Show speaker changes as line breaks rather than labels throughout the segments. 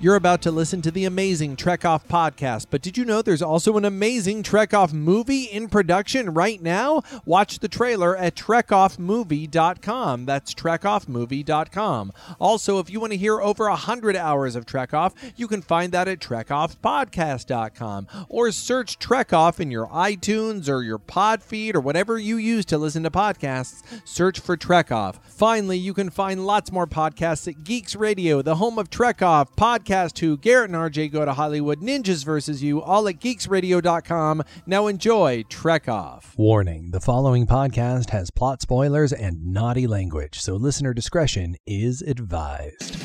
You're about to listen to the amazing Trek Off podcast, but did you know there's also an amazing Trek Off movie in production right now? Watch the trailer at trekoffmovie.com. That's trekoffmovie.com. Also, if you want to hear over 100 hours of Trek Off, you can find that at trekoffpodcast.com or search Trek Off in your iTunes or your pod feed or whatever you use to listen to podcasts. Search for Trek Off. Finally, you can find lots more podcasts at Geeks Radio, the home of Trek Off, Podcast Who, Garrett and RJ Go to Hollywood, Ninjas versus You, all at geeksradio.com. Now enjoy Trek Off.
Warning the following podcast has plot spoilers and naughty language, so listener discretion is advised.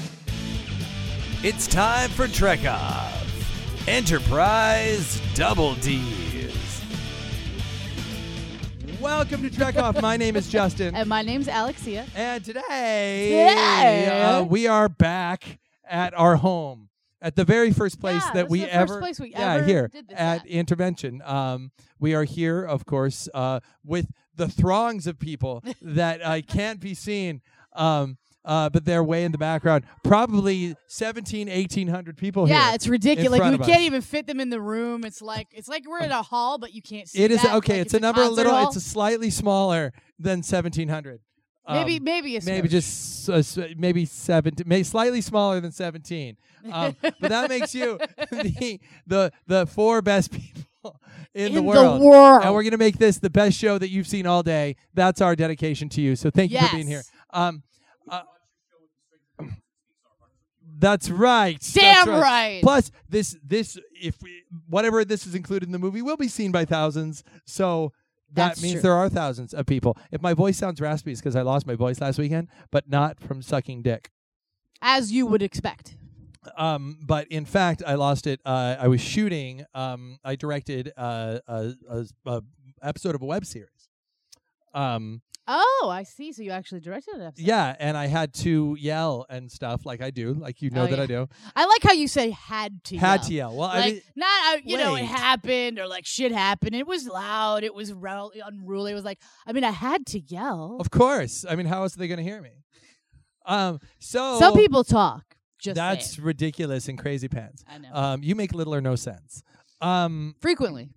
It's time for Trek Off Enterprise Double D's.
Welcome to Trek Off. My name is Justin.
And my name's Alexia.
And today,
Today?
uh, we are back at our home, at the very first place
Yeah,
that
this
we
is the first
ever,
place we
yeah,
ever
here
did this
at
at.
intervention. Um, we are here, of course, uh, with the throngs of people that uh, can't be seen. Um, uh, but they're way in the background. Probably 17, 1800 people
yeah,
here.
it's ridiculous.
Oh, front
Like,
of
we
us.
can't even fit them in the room. It's like it's like we're in a hall, but you can't see.
It is
back,
okay.
like
it's a number a
concert
little.
hall.
It's a slightly smaller than 1700.
maybe
Um,
maybe
maybe
a skirt.
just s- s- maybe 17 maybe slightly smaller than 17 um, but that makes you the, the the four best people in,
in
the world
The world.
and we're gonna make this the best show that you've seen all day that's our dedication to you so thank you for being here
Yes.
um, uh, that's right
Damn
That's
right.
plus this this if we, whatever this is included in the movie will be seen by thousands so that
That's
means
true.
there are thousands of people. If my voice sounds raspy, it's because I lost my voice last weekend, but not from sucking dick.
as you would expect.
Um, but in fact, I lost it. Uh, I was shooting. Um, I directed uh, a, a, a episode of a web series. Um,
Oh, I see. So you actually directed an episode.
yeah, and I had to yell and stuff like I do, like you know
Oh,
that
yeah.
I do.
I like how you say had to.
Had
yell.
to yell. Well, I
Like
mean,
not uh, you know
wait.
it happened or like shit happened. It was loud. It was rel- unruly. It was like I mean I had to yell.
of course. I mean, how else are they going to hear me? Um, so
Some people talk. Just
that's
saying.
ridiculous and crazy pants.
I know
Um, you make little or no sense. Um,
frequently.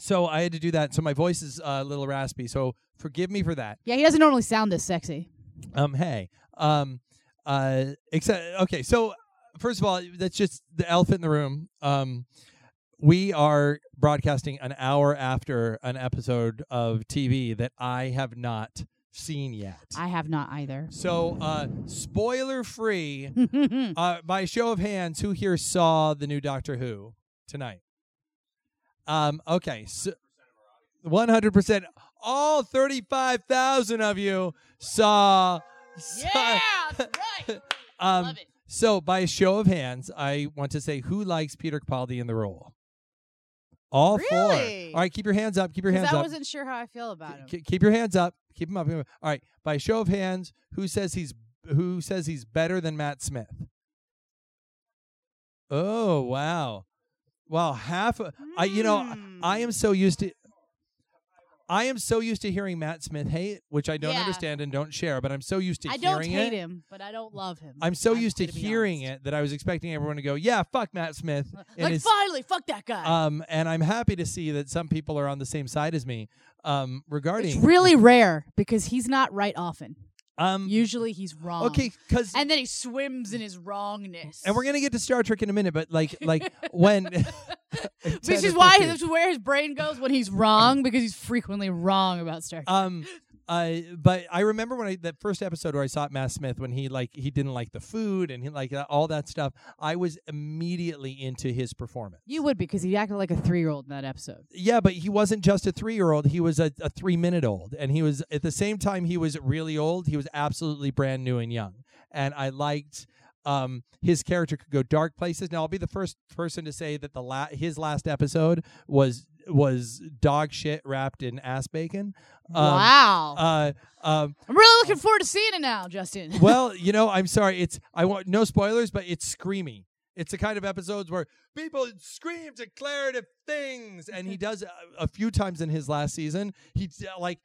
So I had to do that. So my voice is uh, a little raspy. So forgive me for that.
Yeah, he doesn't normally sound this sexy.
Um, hey, um, uh, except okay. So first of all, that's just the elephant in the room. Um, we are broadcasting an hour after an episode of TV that I have not seen yet.
I have not either.
so uh, spoiler free. uh, by show of hands, who here saw the new Doctor Who tonight? Um, okay, so one hundred percent, all thirty-five thousand of you saw. saw-
right.
um, so by show of hands, I want to say who likes Peter Capaldi in the role. All
Really?
four. All right, keep your hands up. Keep your hands
I
up.
wasn't sure how I feel about him.
K- keep your hands up. Keep them up. keep 'em up. All right, by show of hands, who says he's who says he's better than Matt Smith? Oh wow, wow! Half. Of, I you know I
Mm-hmm.
am so used to. I am so used to hearing Matt Smith hate, which I don't
Yeah.
understand and don't share, but I'm so used to
Hmm. I don't
hearing
hate
it.
him, but I don't love him.
I'm so used to hearing
it.
it that I was expecting everyone to go, "Yeah, fuck Matt Smith." and
Uh, Like
his-
finally, fuck that guy.
um, and I'm happy to see that some people are on the same side as me um, regarding
it's really rare because he's not right often.
um,
Usually he's wrong.
Okay, because and,
And then he swims in his wrongness.
we're gonna get to Star Trek in a minute, but like like when
Which is why this is where his brain goes when he's wrong, because he's frequently wrong about Star Trek.
um I but I remember when I that first episode where I saw Matt Smith when he like he didn't like the food and he like uh, all that stuff. I was immediately into his performance.
you would because he acted like a three year old in that episode.
Yeah, but he wasn't just a three year old. He was a, a three minute old. And he was, at the same time, he was really old. He was absolutely brand new and young. And I liked um, his character could go dark places. Now, I'll be the first person to say that the la- his last episode was was dog shit wrapped in ass bacon. Um,
wow.
Uh, um,
I'm really looking forward to seeing it now, Justin.
well, you know, I'm sorry. It's I want no spoilers, but it's screamy. It's the kind of episodes where people scream declarative uh, things, and he does a, a few times in his last season. He d- like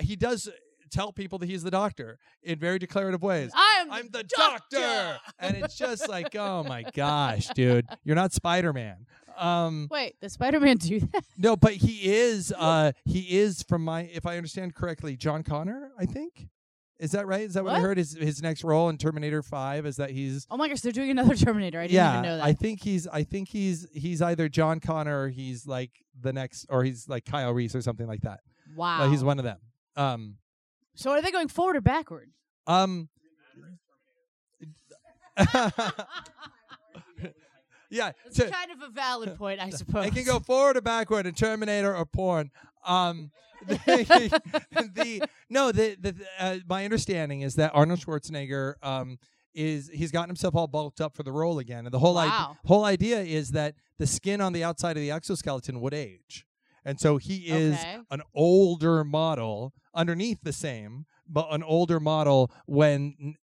he does tell people that he's the doctor in very declarative ways.
I'm,
I'm the
doctor.
doctor. and it's just like, oh my gosh, dude, you're not Spider Man. Um,
Wait, the Spider Man do that?
no, but he is. Uh, he is from my, if I understand correctly, John Connor. I think is that right? Is that what, I
What?
heard? His his next role in Terminator Five is that he's.
Oh my gosh, they're doing another Terminator. I didn't
yeah,
even know that.
I think he's. I think he's. He's either John Connor or he's like the next, or he's like Kyle Reese or something like that.
wow.
Like, he's one of them. Um,
so are they going forward or backward?
um. yeah,
That's
to-
kind of a valid point, I suppose.
It can go forward or backward, a Terminator or porn. Um, the, the- no, the, the uh, my understanding is that Arnold Schwarzenegger um, is he's gotten himself all bulked up for the role again, and the whole
Wow.
ide- whole idea is that the skin on the outside of the exoskeleton would age, and so he is
Okay.
an older model underneath the same, but an older model when n-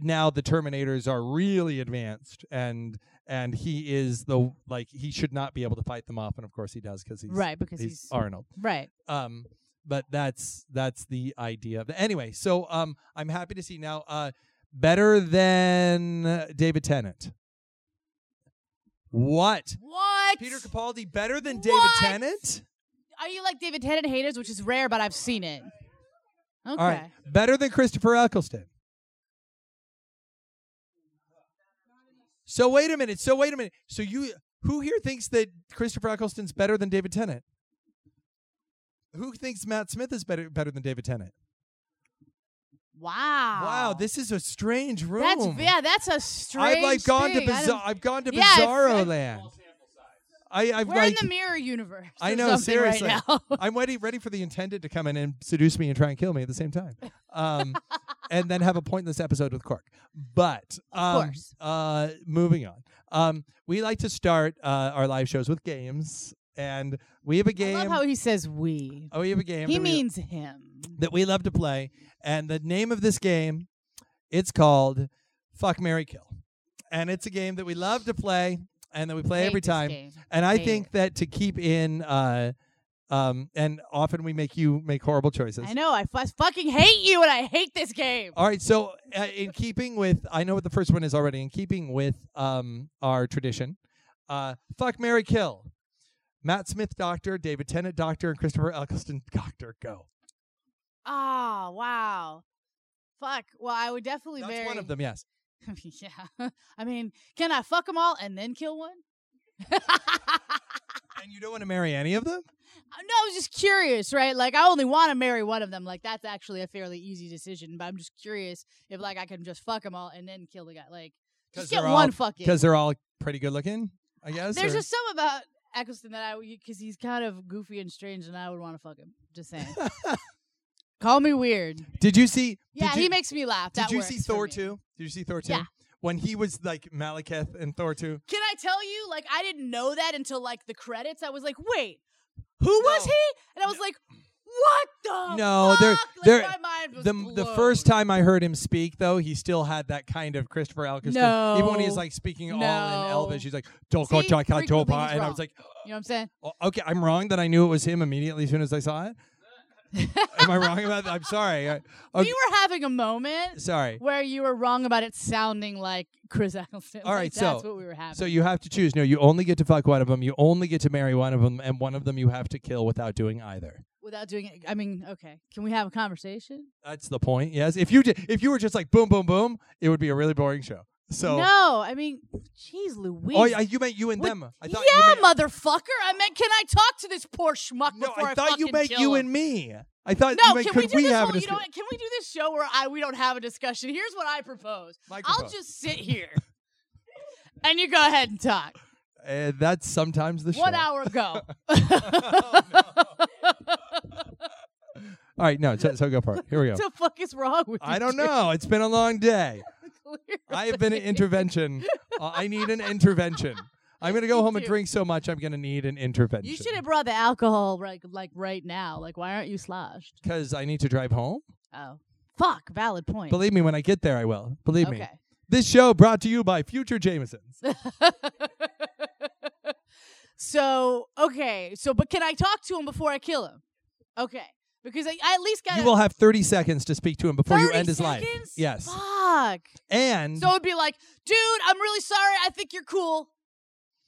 now the Terminators are really advanced and and he is the like he should not be able to fight them off, and of course he does because he's
Right, because
he's, oh.
he's,
Arnold.
right.
Um, but that's that's the idea. But anyway, so um, I'm happy to see now. Uh, better than uh, David Tennant. What?
What?
Peter Capaldi better than David
What?
Tennant?
Are you like David Tennant haters, which is rare, but I've seen it.
All
Okay.
right, better than Christopher Eccleston. So wait a minute. So wait a minute. So you who here thinks that Christopher Eccleston's better than David Tennant? Who thinks Matt Smith is better better than David Tennant?
Wow.
Wow, this is a strange room.
That's yeah, that's a strange.
I've like gone
thing.
to
I
bizarre.
don't-
I've gone to
Yeah, it's-
Bizarro Land. I, I've
We're
like
in the mirror universe.
I
or
know,
something
seriously.
Right now.
I'm ready, ready for the intended to come in and seduce me and try and kill me at the same time, um, and then have a pointless episode with Cork. But um,
course.
uh, moving on, um, we like to start uh, our live shows with games, and we have a
I
game.
love how he says we.
oh, we have a game.
He
that we-
means him.
that we love to play, and the name of this game, it's called Fuck Mary Kill, and it's a game that we love to play and that we play
Hate
every
this
time.
game.
And I
Hate
think that to keep in, uh, um, and often we make you make horrible choices.
I know. I f- fucking hate you, and I hate this game.
All right, so uh, in keeping with, I know what the first one is already. In keeping with um, our tradition, uh, fuck Mary Kill, Matt Smith Doctor, David Tennant Doctor, and Christopher Eccleston Doctor. Go.
Ah, wow. Fuck. Well, I would definitely
That's
marry.
one of them. Yes.
yeah. I mean, can I fuck them all and then kill one?
And you don't want to marry any of them.
Uh, No, I was just curious, right? Like, I only want to marry one of them. Like, that's actually a fairly easy decision. But I'm just curious if, like, I can just fuck them all and then kill the guy. Like,
'Cause
just get
they're all-
one fucking. Uh,
because they're all pretty good looking. I guess
There's
or-
just some about Eccleston that I, because he's kind of goofy and strange, and I would want to fuck him. Just saying. Call me weird.
Did you see?
Yeah,
did you,
he makes me laugh.
Did
That
you
works
see
for
Thor
me.
two? Did you see Thor two?
Yeah.
When he was like Malekith in Thor two.
Can I tell you? Like, I didn't know that until like the credits. I was like, wait, who was
No.
he? And I was like, what the?
No, they're-
fuck? Like,
they're-
my mind was
The the
blown.
first time I heard him speak though, he still had that kind of Christopher Eccleston. Even when he's
No.
like speaking all in Elvish,
No.
he's like
See?
Dolko Chaka
Frequently
Topa,
he's
and I
wrong.
was like,
You know what I'm saying?
oh, okay, I'm wrong that I knew it was him immediately as soon as I saw it. Am I wrong about that? I'm sorry. I, okay,
We were having a moment
sorry.
where you were wrong about it sounding like Chris Eccleston.
All
Like,
right,
that's
so-
what we were having.
So you have to choose. No, you only get to fuck one of them. You only get to marry one of them, and one of them you have to kill without doing either.
Without doing it, I mean, okay, can we have a conversation?
That's the point. Yes. If you did, if you were just like boom, boom, boom, it would be a really boring show. So.
no, I mean, jeez, Louise.
Oh, yeah, you meant you and
What-
them. I thought
yeah,
you meant,
motherfucker. I meant, can I talk to this poor schmuck
No,
before
I
I
thought you
fucking
meant
kill
you
him?
and me. I thought you
No,
meant
can
could
we do
we
this
have
whole,
a
you know,
discussion?
what, can we do this show where I we don't have a discussion? Here's what I propose. I'll
Microphone.
just sit here. and you go ahead and talk.
Uh, that's sometimes the show.
One hour ago.
All right, no, so, so go for it. Here we go.
What the fuck is wrong with you?
I don't know. It's been a long day.
Clearly.
I have been an intervention. Uh, I need an intervention. I'm gonna go home and
too.
drink so much. I'm gonna need an intervention.
You should have brought the alcohol like like right now. Like why aren't you sloshed?
because I need to drive home.
Oh. Fuck, valid point.
Believe me, when I get there, I will. Believe me.
okay.
This show brought to you by Future Jamesons.
so okay, so but can I talk to him before I kill him? Okay, because I, I at least got
You will have 30 seconds to speak to him before you
30
end his life.
seconds?
Yes.
Fuck.
And
So it'd be like, dude, I'm really sorry. I think you're cool.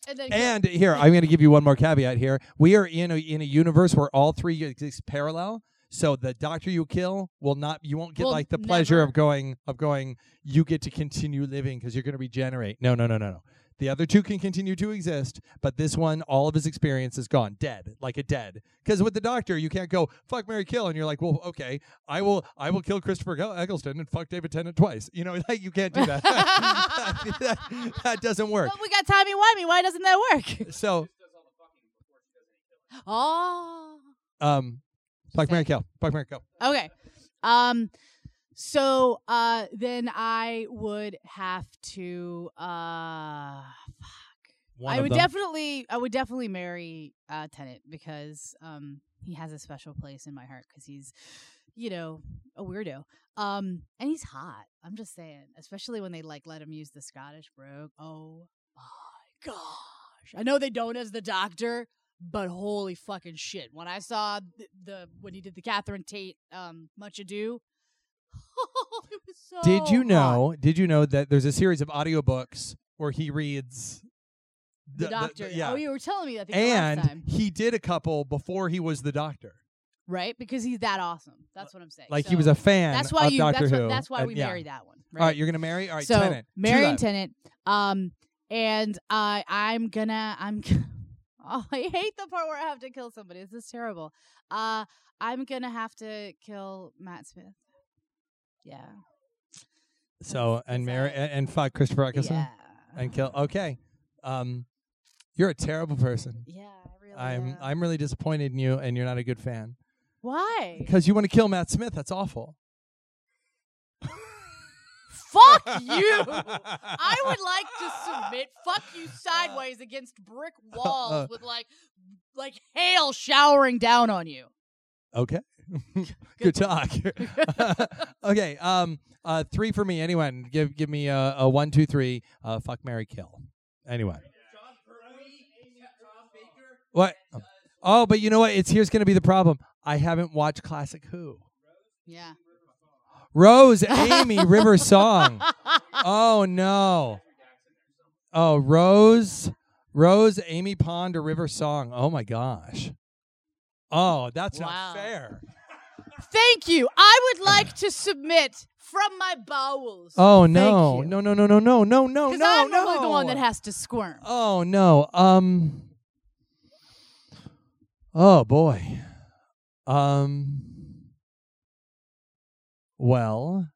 And then
and here, I'm going to give you one more caveat here. We are in a in a universe where all three exist parallel. So the doctor you kill will not you won't get
Will
like the pleasure
never-
of going of going you get to continue living cuz you're going to regenerate. No, no, no, no, no. The other two can continue to exist, but this one all of his experience is gone, dead, like a dead. Cuz with the doctor you can't go fuck Mary kill and you're like, "Well, okay, I will I will kill Christopher Gu- Eggleston and fuck David Tennant twice." You know, like you can't do that. that, that doesn't work.
but we got Tommy Wimey. Why doesn't that work?
So
Oh.
Um, Black
Say.
Mary Kill. Black Mary Kill.
Okay. Um so uh then I would have to uh
One
I
of
would
them.
definitely I would definitely marry uh Tennant because um he has a special place in my heart cuz he's you know a weirdo. Um and he's hot. I'm just saying, especially when they like let him use the Scottish brogue. Oh my gosh. I know they don't as the doctor, but holy fucking shit. When I saw the, the when he did the Catherine Tate um Much Ado, it was so
Did you
hot.
know? Did you know that there's a series of audiobooks where he reads
the, doctor?
yeah.
Oh, you were telling me that the last
and
time.
he did a couple before he was the doctor.
right? Because he's that awesome. That's what I'm saying.
Like he
So
was a fan.
That's why
of
you.
Doctor
that's,
Who.
What, that's why
and
we
yeah.
married that one. Right.
All right, you're gonna marry. All right,
so
Tennant. Two
Mary and
left.
Tennant. Um, and uh, I'm gonna. I'm. g- Oh, I hate the part where I have to kill somebody. This is terrible. Uh, I'm gonna have to kill Matt Smith. Yeah.
So and marry and, and fuck Christopher Eccleston
Yeah.
and kill. Okay, um, you're a terrible person.
Yeah. I really.
I'm
am.
I'm really disappointed in you, and you're not a good fan
Why?
because you want to kill Matt Smith. That's awful.
Fuck you. I would like to submit "fuck you" sideways against brick
Uh-uh.
walls with like, like hail showering down on you.
Okay. Good talk. okay. Um. Uh. Three for me. Anyone? Give Give me a, a one, two, three. Uh. Fuck, Mary, kill. Anyone? What? Oh, but you know what? It's here's gonna be the problem. I haven't watched classic Who.
Yeah.
Rose, Amy, River Song. Oh no. Oh, Rose, Rose, Amy Pond, or River Song. Oh my gosh. Oh, that's
Wow.
not fair.
Thank you. I would like to submit from my bowels.
Oh
Thank
no.
you.
No, no, no, no, no, no, no, no.
Because I'm normally the one
no.
that has to squirm.
Oh no. Um Oh boy. Um Well,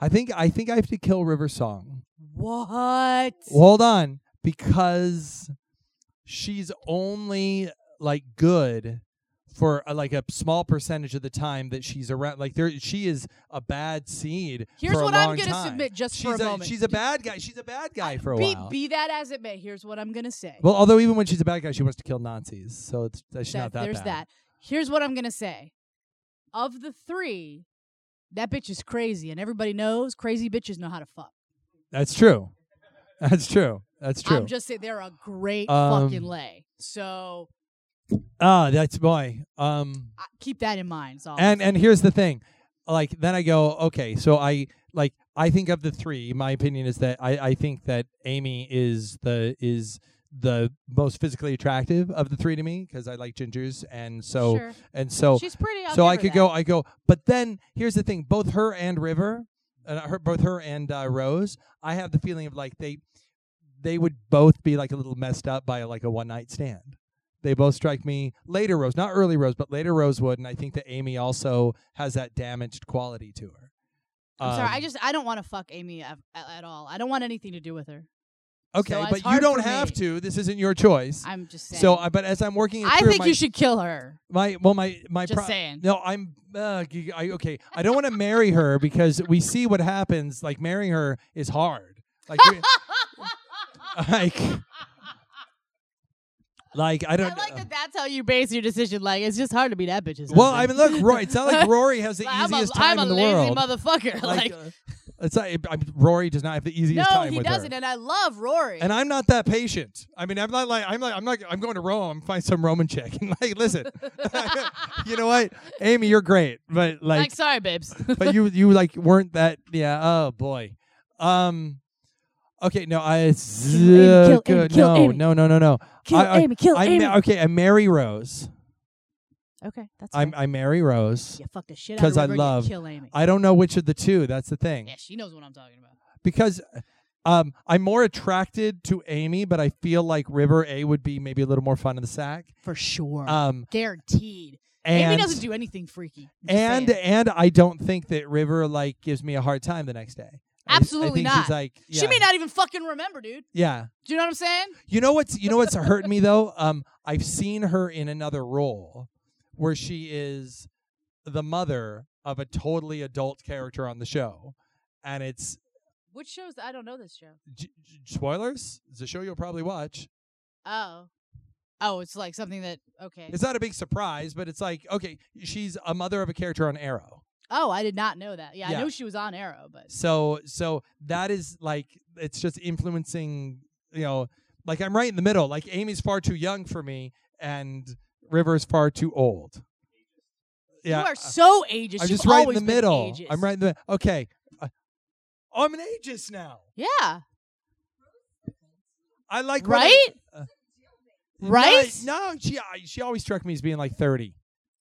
I think I think I have to kill River Song.
What?
Hold on, because she's only like good for uh, like a small percentage of the time that she's around. Like there, she is a bad seed.
Here's
for a
what I'm
long
gonna
time.
submit just for
she's
a moment.
She's a bad guy. She's a bad guy for a
Be,
while.
be that as it may, here's what I'm going to say.
well, although even when she's a bad guy, she wants to kill Nazis, so it's, that's
That-
not that
there's
bad.
that. Here's what I'm going to say. Of the three, that bitch is crazy, and everybody knows crazy bitches know how to fuck.
That's true. That's true. That's true.
I'm just saying they're a great
Um,
fucking lay. So
ah, that's boy. Um,
I keep that in mind. is all I'm
and
saying.
and here's the thing like then i go okay so i like i think of the three my opinion is that i i think that amy is the is the most physically attractive of the three to me because i like gingers and so
Sure.
and so
she's pretty. I'll
so
give
i
her
could
that.
go i go but then here's the thing both her and river and her, both her and uh, rose i have the feeling of like they they would both be like a little messed up by like a one night stand. They both strike me later Rose, not early Rose, but later Rosewood, and I think that Amy also has that damaged quality to her.
I'm sorry. I
Um,
just I don't want to fuck Amy at, at all. I don't want anything to do with her.
okay,
so it's
but you
hard
don't
for
have
me.
to. This isn't your choice.
I'm just saying.
so, I, but as I'm working, it
I
through,
think
my,
you should kill her.
My well, my my
Just
pro-
saying.
No, I'm uh, g- I, okay. I don't want to marry her because we see what happens. Like marrying her is hard. Like, you- like, like I
I
don't. uh,
like that. That's how you base your decision. Like it's just hard to be that bitch's.
Well, I mean,
husband.
look, Roy. It's not like Rory has the
Like, I'm a-
easiest
I'm
time
a
in the
lazy
world.
motherfucker. Like,
uh, It's not, I'm, Rory does not have the easiest
no,
time
he
with
doesn't,
her.
and I love Rory.
And I'm not that patient. I mean, I'm not like I'm like I'm not I'm going to Rome. I'm find some Roman chick and like listen. you know what, Amy, you're great, but
like,
like,
sorry, babes.
but you you like weren't that. Yeah. Oh boy. Um. Okay. No. I. uh,
Amy, kill Amy,
good.
kill
no.
Amy.
No. No. No. No.
kill
I- I-
Amy, kill
I
Amy.
ma- okay. I marry Rose.
okay, that's
I
fine.
I marry Rose.
you fucked the shit out of
'cause I
Rover, you
love-
kill Amy.
I don't know which of the two. That's the thing.
yeah, she knows what I'm talking about.
because um, I'm more attracted to Amy, but I feel like River A would be maybe a little more fun in the sack.
For sure.
Um,
Guaranteed.
and
Amy doesn't do anything freaky. I'm just
and
saying.
and I don't think that River like gives me a hard time the next day. I- I,
Absolutely
think
not.
She's like yeah,
she may not even fucking remember, dude.
Yeah,
Do you know what I'm saying?
you know what's you know what's hurting me though. Um, I've seen her in another role where she is the mother of a totally adult character on the show, and it's
Which shows? I don't know this show.
j- j- spoilers. It's a show you'll probably watch.
Oh. Oh, it's like something that okay.
It's not a big surprise, but it's like, okay, she's a mother of a character on Arrow.
oh, I did not know that. Yeah,
Yeah.
I knew she was on Arrow, but
So so that is like it's just influencing, you know, like I'm right in the middle. Like Amy's far too young for me and River's far too old. Yeah. uh,
you are so ageist.
I'm
You've
just right in
always
the
been
middle.
ageist.
I'm right in the Okay. Uh, oh, I'm an ageist now.
Yeah.
I like when I-
Right?
No,
Right?
No, she she always struck me as being like 30.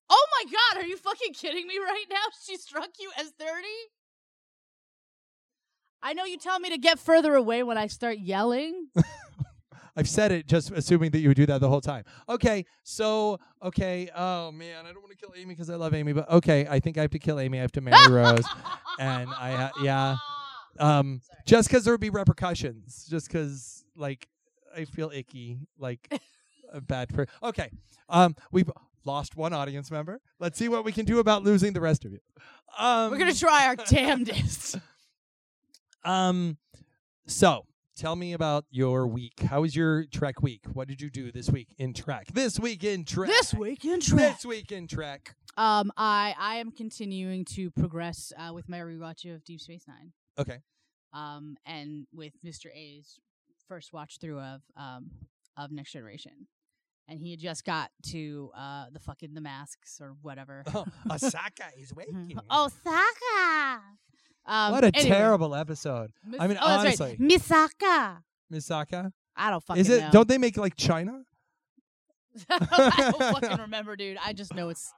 Oh my god, are you fucking kidding me right now? She struck you as 30? I know you tell me to get further away when I start yelling.
I've said it just assuming that you would do that the whole time. Okay, so okay, oh man, I don't want to kill Amy because I love Amy, but okay, I think I have to kill Amy. I have to marry Rose. And I ha- yeah. Um,
Sorry.
just because there would be repercussions, just because like I feel icky, like a bad person. Okay, um, we've lost one audience member. Let's see what we can do about losing the rest of you. Um,
We're going to try our damnedest.
um, so tell me about your week. How was your Trek week? What did you do this week in Trek? This week in Trek.
this week in trash.
This week in Trek.
Um, I I am continuing to progress uh, with my rewatch of Deep Space Nine.
Okay.
Um, and with Mister A's first watch through of um of Next Generation, and he had just got to uh the fucking the masks or whatever. Mm-hmm.
Oh, Asaka is waking.
Osaka. Oh, Um,
what a
anyway,
terrible episode,
Mis-
I mean,
oh, that's right.
honestly.
Misaka.
Miss Saka.
I don't fucking
Is it?
know.
Don't they make like China?
I don't fucking remember, dude. I just know it's.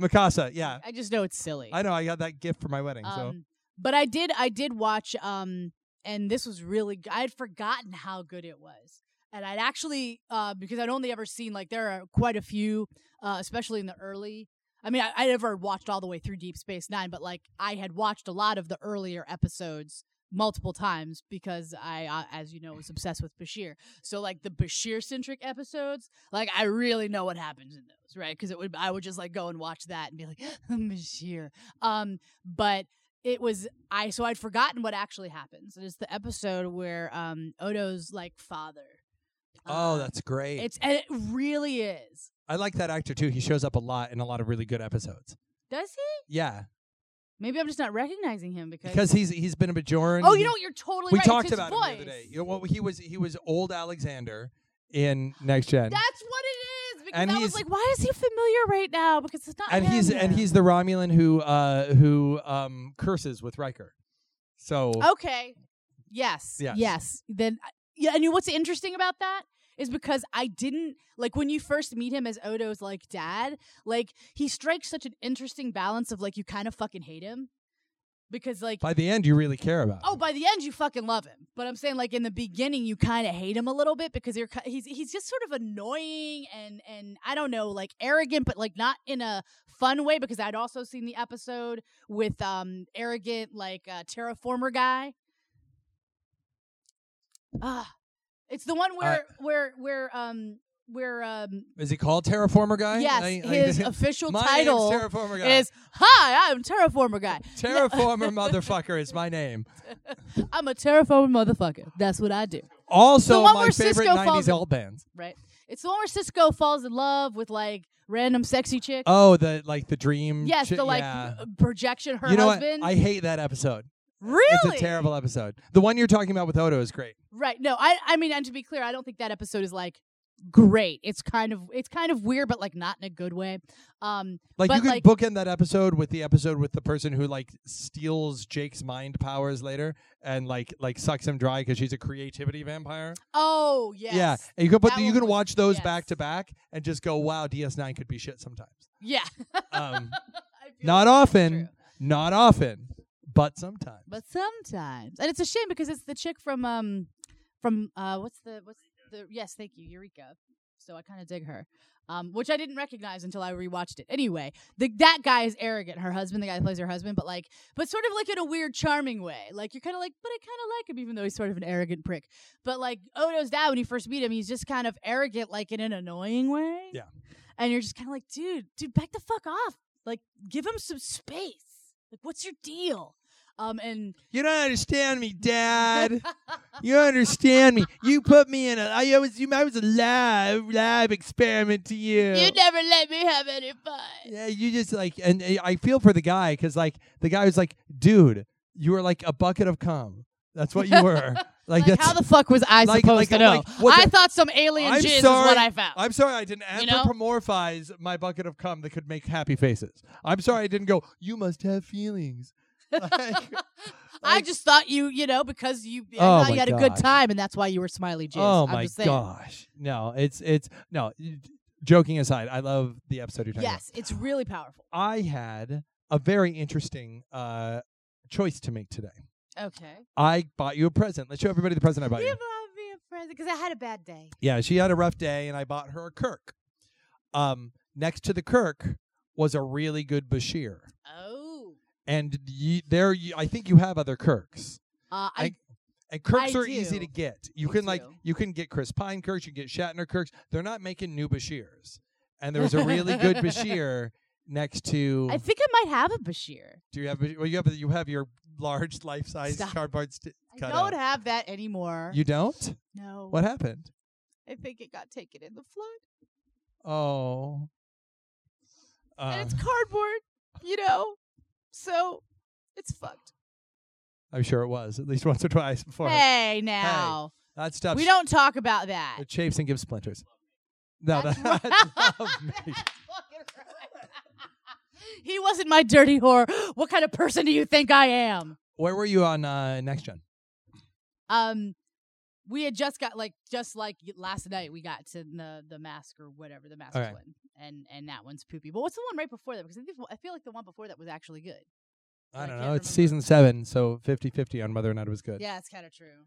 Mikasa. Yeah,
I just know it's silly.
I know. I got that gift for my wedding. so
Um, but I did I did watch um and this was really g- I had forgotten how good it was. And I'd actually uh because I'd only ever seen like there are quite a few uh especially in the early I mean I, I never watched all the way through Deep Space 9 but like I had watched a lot of the earlier episodes multiple times because I uh, as you know was obsessed with Bashir. So like the Bashir centric episodes, like I really know what happens in those, right? Cuz it would I would just like go and watch that and be like Bashir. Um but it was I so I'd forgotten what actually happens. It is the episode where um Odo's like father.
oh,
uh,
that's great.
it's and it really is.
I like that actor too. He shows up a lot in a lot of really good episodes.
Does he?
Yeah,
Maybe I'm just not recognizing him because,
because he's he's been a Bajoran.
oh, you
He-
know what? You're totally
we
right.
talked
it's his
about him
voice.
the other day. You know, well, he was he was old Alexander in Next Gen,
That's what it is. Because
And
I was
he's-
like, why is he familiar right now? Because it's not.
and
him.
he's and he's the Romulan who uh who um curses with Riker. So
Oh. Okay. Yes.
Yes.
Yes. Then yeah, and you know what's interesting about that is because I didn't like when you first meet him as Odo's like dad, like he strikes such an interesting balance of like you kind of fucking hate him because like
by the end, you really care about.
Oh,
him.
by the end you fucking love him, but I'm saying like in the beginning you kind of hate him a little bit because you're ki- he's he's just sort of annoying and and I don't know like arrogant, but like not in a fun way because I'd also seen the episode with um arrogant like uh, terraformer guy. Ah, it's the one where where where um where um
is he called Terraformer guy?
yes
I- I-
his official
my
title
name's Terraformer guy.
is Hi, I'm terraformer guy.
Terraformer motherfucker is my name.
I'm a terraformer motherfucker. That's what I do.
Also,
one
my
where
favorite
Sisko
'90s
falls-
alt bands.
right? It's the one where Cisco falls in love with like random sexy chick.
Oh, the like the dream.
yes,
chi-
the like
yeah.
p- projection her
you know
husband.
what? I hate that episode.
Really?
It's a terrible episode. The one you're talking about with Odo is great.
Right. No, I I mean, and to be clear, I don't think that episode is like great. It's kind of it's kind of weird, but like not in a good way. Um
Like
But,
you could
like-
bookend that episode with the episode with the person who like steals Jake's mind powers later and like like sucks him dry because she's a creativity vampire.
oh yes.
Yeah, and you could put
That
the, you
one
can
was-
watch those back
yes.
to back and just go, wow, DS9 could be shit sometimes.
Yeah.
Um,
I feel
not
like that's
often,
true.
not often, but sometimes.
But sometimes. And it's a shame because it's the chick from um from uh what's the what's the yes, thank you, Eureka. So I kind of dig her. Um, which I didn't recognize until I rewatched it. Anyway, the, that guy is arrogant. Her husband, the guy that plays her husband, but like, but sort of like in a weird, charming way. Like you're kind of like, but I kind of like him, even though he's sort of an arrogant prick. But like Odo's dad, when you first meet him, he's just kind of arrogant, like in an annoying way.
Yeah.
And you're just kind of like, dude, dude, back the fuck off. Like, give him some space. Like, what's your deal? Um, and
You don't understand me, Dad. you don't understand me. You put me in a. I always. You, I was a lab lab experiment to you.
You never let me have any fun.
yeah, you just like, and uh, I feel for the guy because like the guy was like, dude, you were like a bucket of cum. That's what you were. like,
Like,
that's.
how the fuck was I
like-
supposed
like-
to know?
like, what
I
the-
thought some alien
I'm
jizz is
sorry.
what I found.
I'm sorry I didn't
You know?
anthropomorphize my bucket of cum that could make happy faces. I'm sorry I didn't go. You must have feelings. Like,
I
like-
just thought you, you know, because you, I
Oh
thought
my
you had a good
gosh.
time, and that's why you were smiley jizz.
Oh
I'm
my
just saying.
gosh! No, it's it's no. y- Joking aside, I love the episode you're talking
Yes, it's really powerful.
about. I had a very interesting uh, choice to make today.
Okay.
I bought you a present. Let's show everybody the present I bought
You
you.
bought me a present because I had a bad day.
Yeah, she had a rough day, and I bought her a Kirk. Um, next to the Kirk was a really good Bashir,
Oh.
and y there y I I think you have other Kirks.
Uh, I,
I- And Kirks
I
are easy to
do.
get. You
I
can like
do.
you can get Chris Pine Kirks, you can get Shatner Kirks. They're not making new Bashirs. And there was a really good Bashir next to
I think I might have a Bashir.
Do you have Bash- well you have you have your large life size
Stop.
cardboard st-
I
cut out.
don't have that anymore.
You don't?
no.
What happened?
I think it got taken in the flood,
Oh. Uh,
and it's cardboard, you know, so it's fucked.
I'm sure it was at least once or twice before.
Hey, now
That stuff
we don't talk about that.
it shapes and gives splinters. No,
That's
that-
right.
that's love me.
That's fucking right. he wasn't my dirty whore. What kind of person do you think I am?
Where were you on uh, next gen?
Um, we had just got like just like y- last night we got to the the mask or whatever the mask
Okay.
one, and and that one's poopy. But what's the one right before that? Because I, think, I feel like the one before that was actually good.
I
I
don't
can't
know. It's season
remember.
seven, so 50-50 on whether or not it was good.
Yeah, it's kind of true.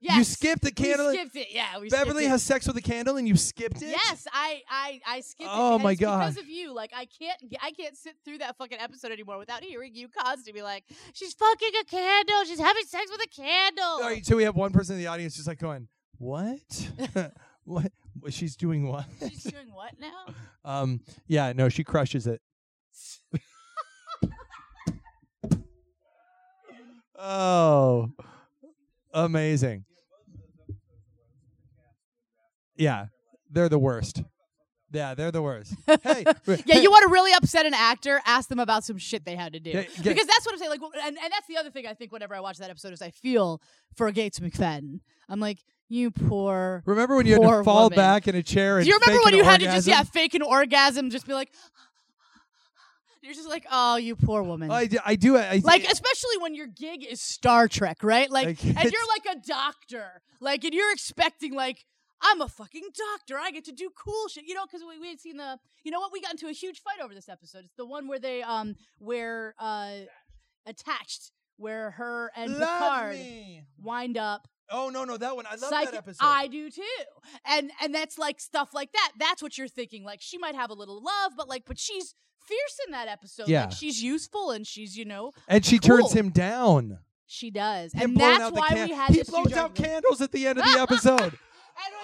You
Yes,
skipped the
we
candle.
skipped it. Yeah, we skipped
Beverly
it.
has sex with a candle, and you skipped it.
Yes, I I I skipped.
Oh
it, and
my
it's Because
gosh.
of you, like I can't I can't sit through that fucking episode anymore without hearing you constantly be like, she's fucking a candle, she's having sex with a candle.
All right, so we have one person in the audience just like going, "What? what? Well, She's doing what?"
She's doing what now?
um. Yeah. No, she crushes it. oh, amazing. Yeah, they're the worst. Yeah, they're the worst. Hey,
Yeah, you want to really upset an actor? Ask them about some shit they had to do.
Yeah, yeah.
Because that's what I'm saying. Like, wh- and, and that's the other thing I think. Whenever I watch that episode, is I feel for Gates McFadden. I'm like, you poor.
Remember when you had to
Poor
fall
woman.
back in a chair? And
Do you remember
fake
when
an
you had to just yeah
orgasm?
fake an orgasm, just be like, you're just like, oh, you poor woman.
I do. I do I, I-
like especially when your gig is Star Trek, right? Like,
Like,
and
it's-
you're like a doctor, like, and you're expecting like. I'm a fucking doctor. I get to do cool shit, you know. Because we, we had seen the, you know what? We got into a huge fight over this episode. It's the one where they um where uh attached, where her and
Love
Picard
me.
wind up
Oh no, no, that one. I love
Psychic-
that episode.
I do too. And and that's like stuff like that. That's what you're thinking. Like she might have a little love, but like, but she's fierce in that episode.
Yeah.
Like she's useful and she's you know
and she turns
Cool.
him down.
she does,
Him
and
blowing
that's
out the
why
can-
we had
He
this
blows
huge
out
argument.
candles at the end of the episode.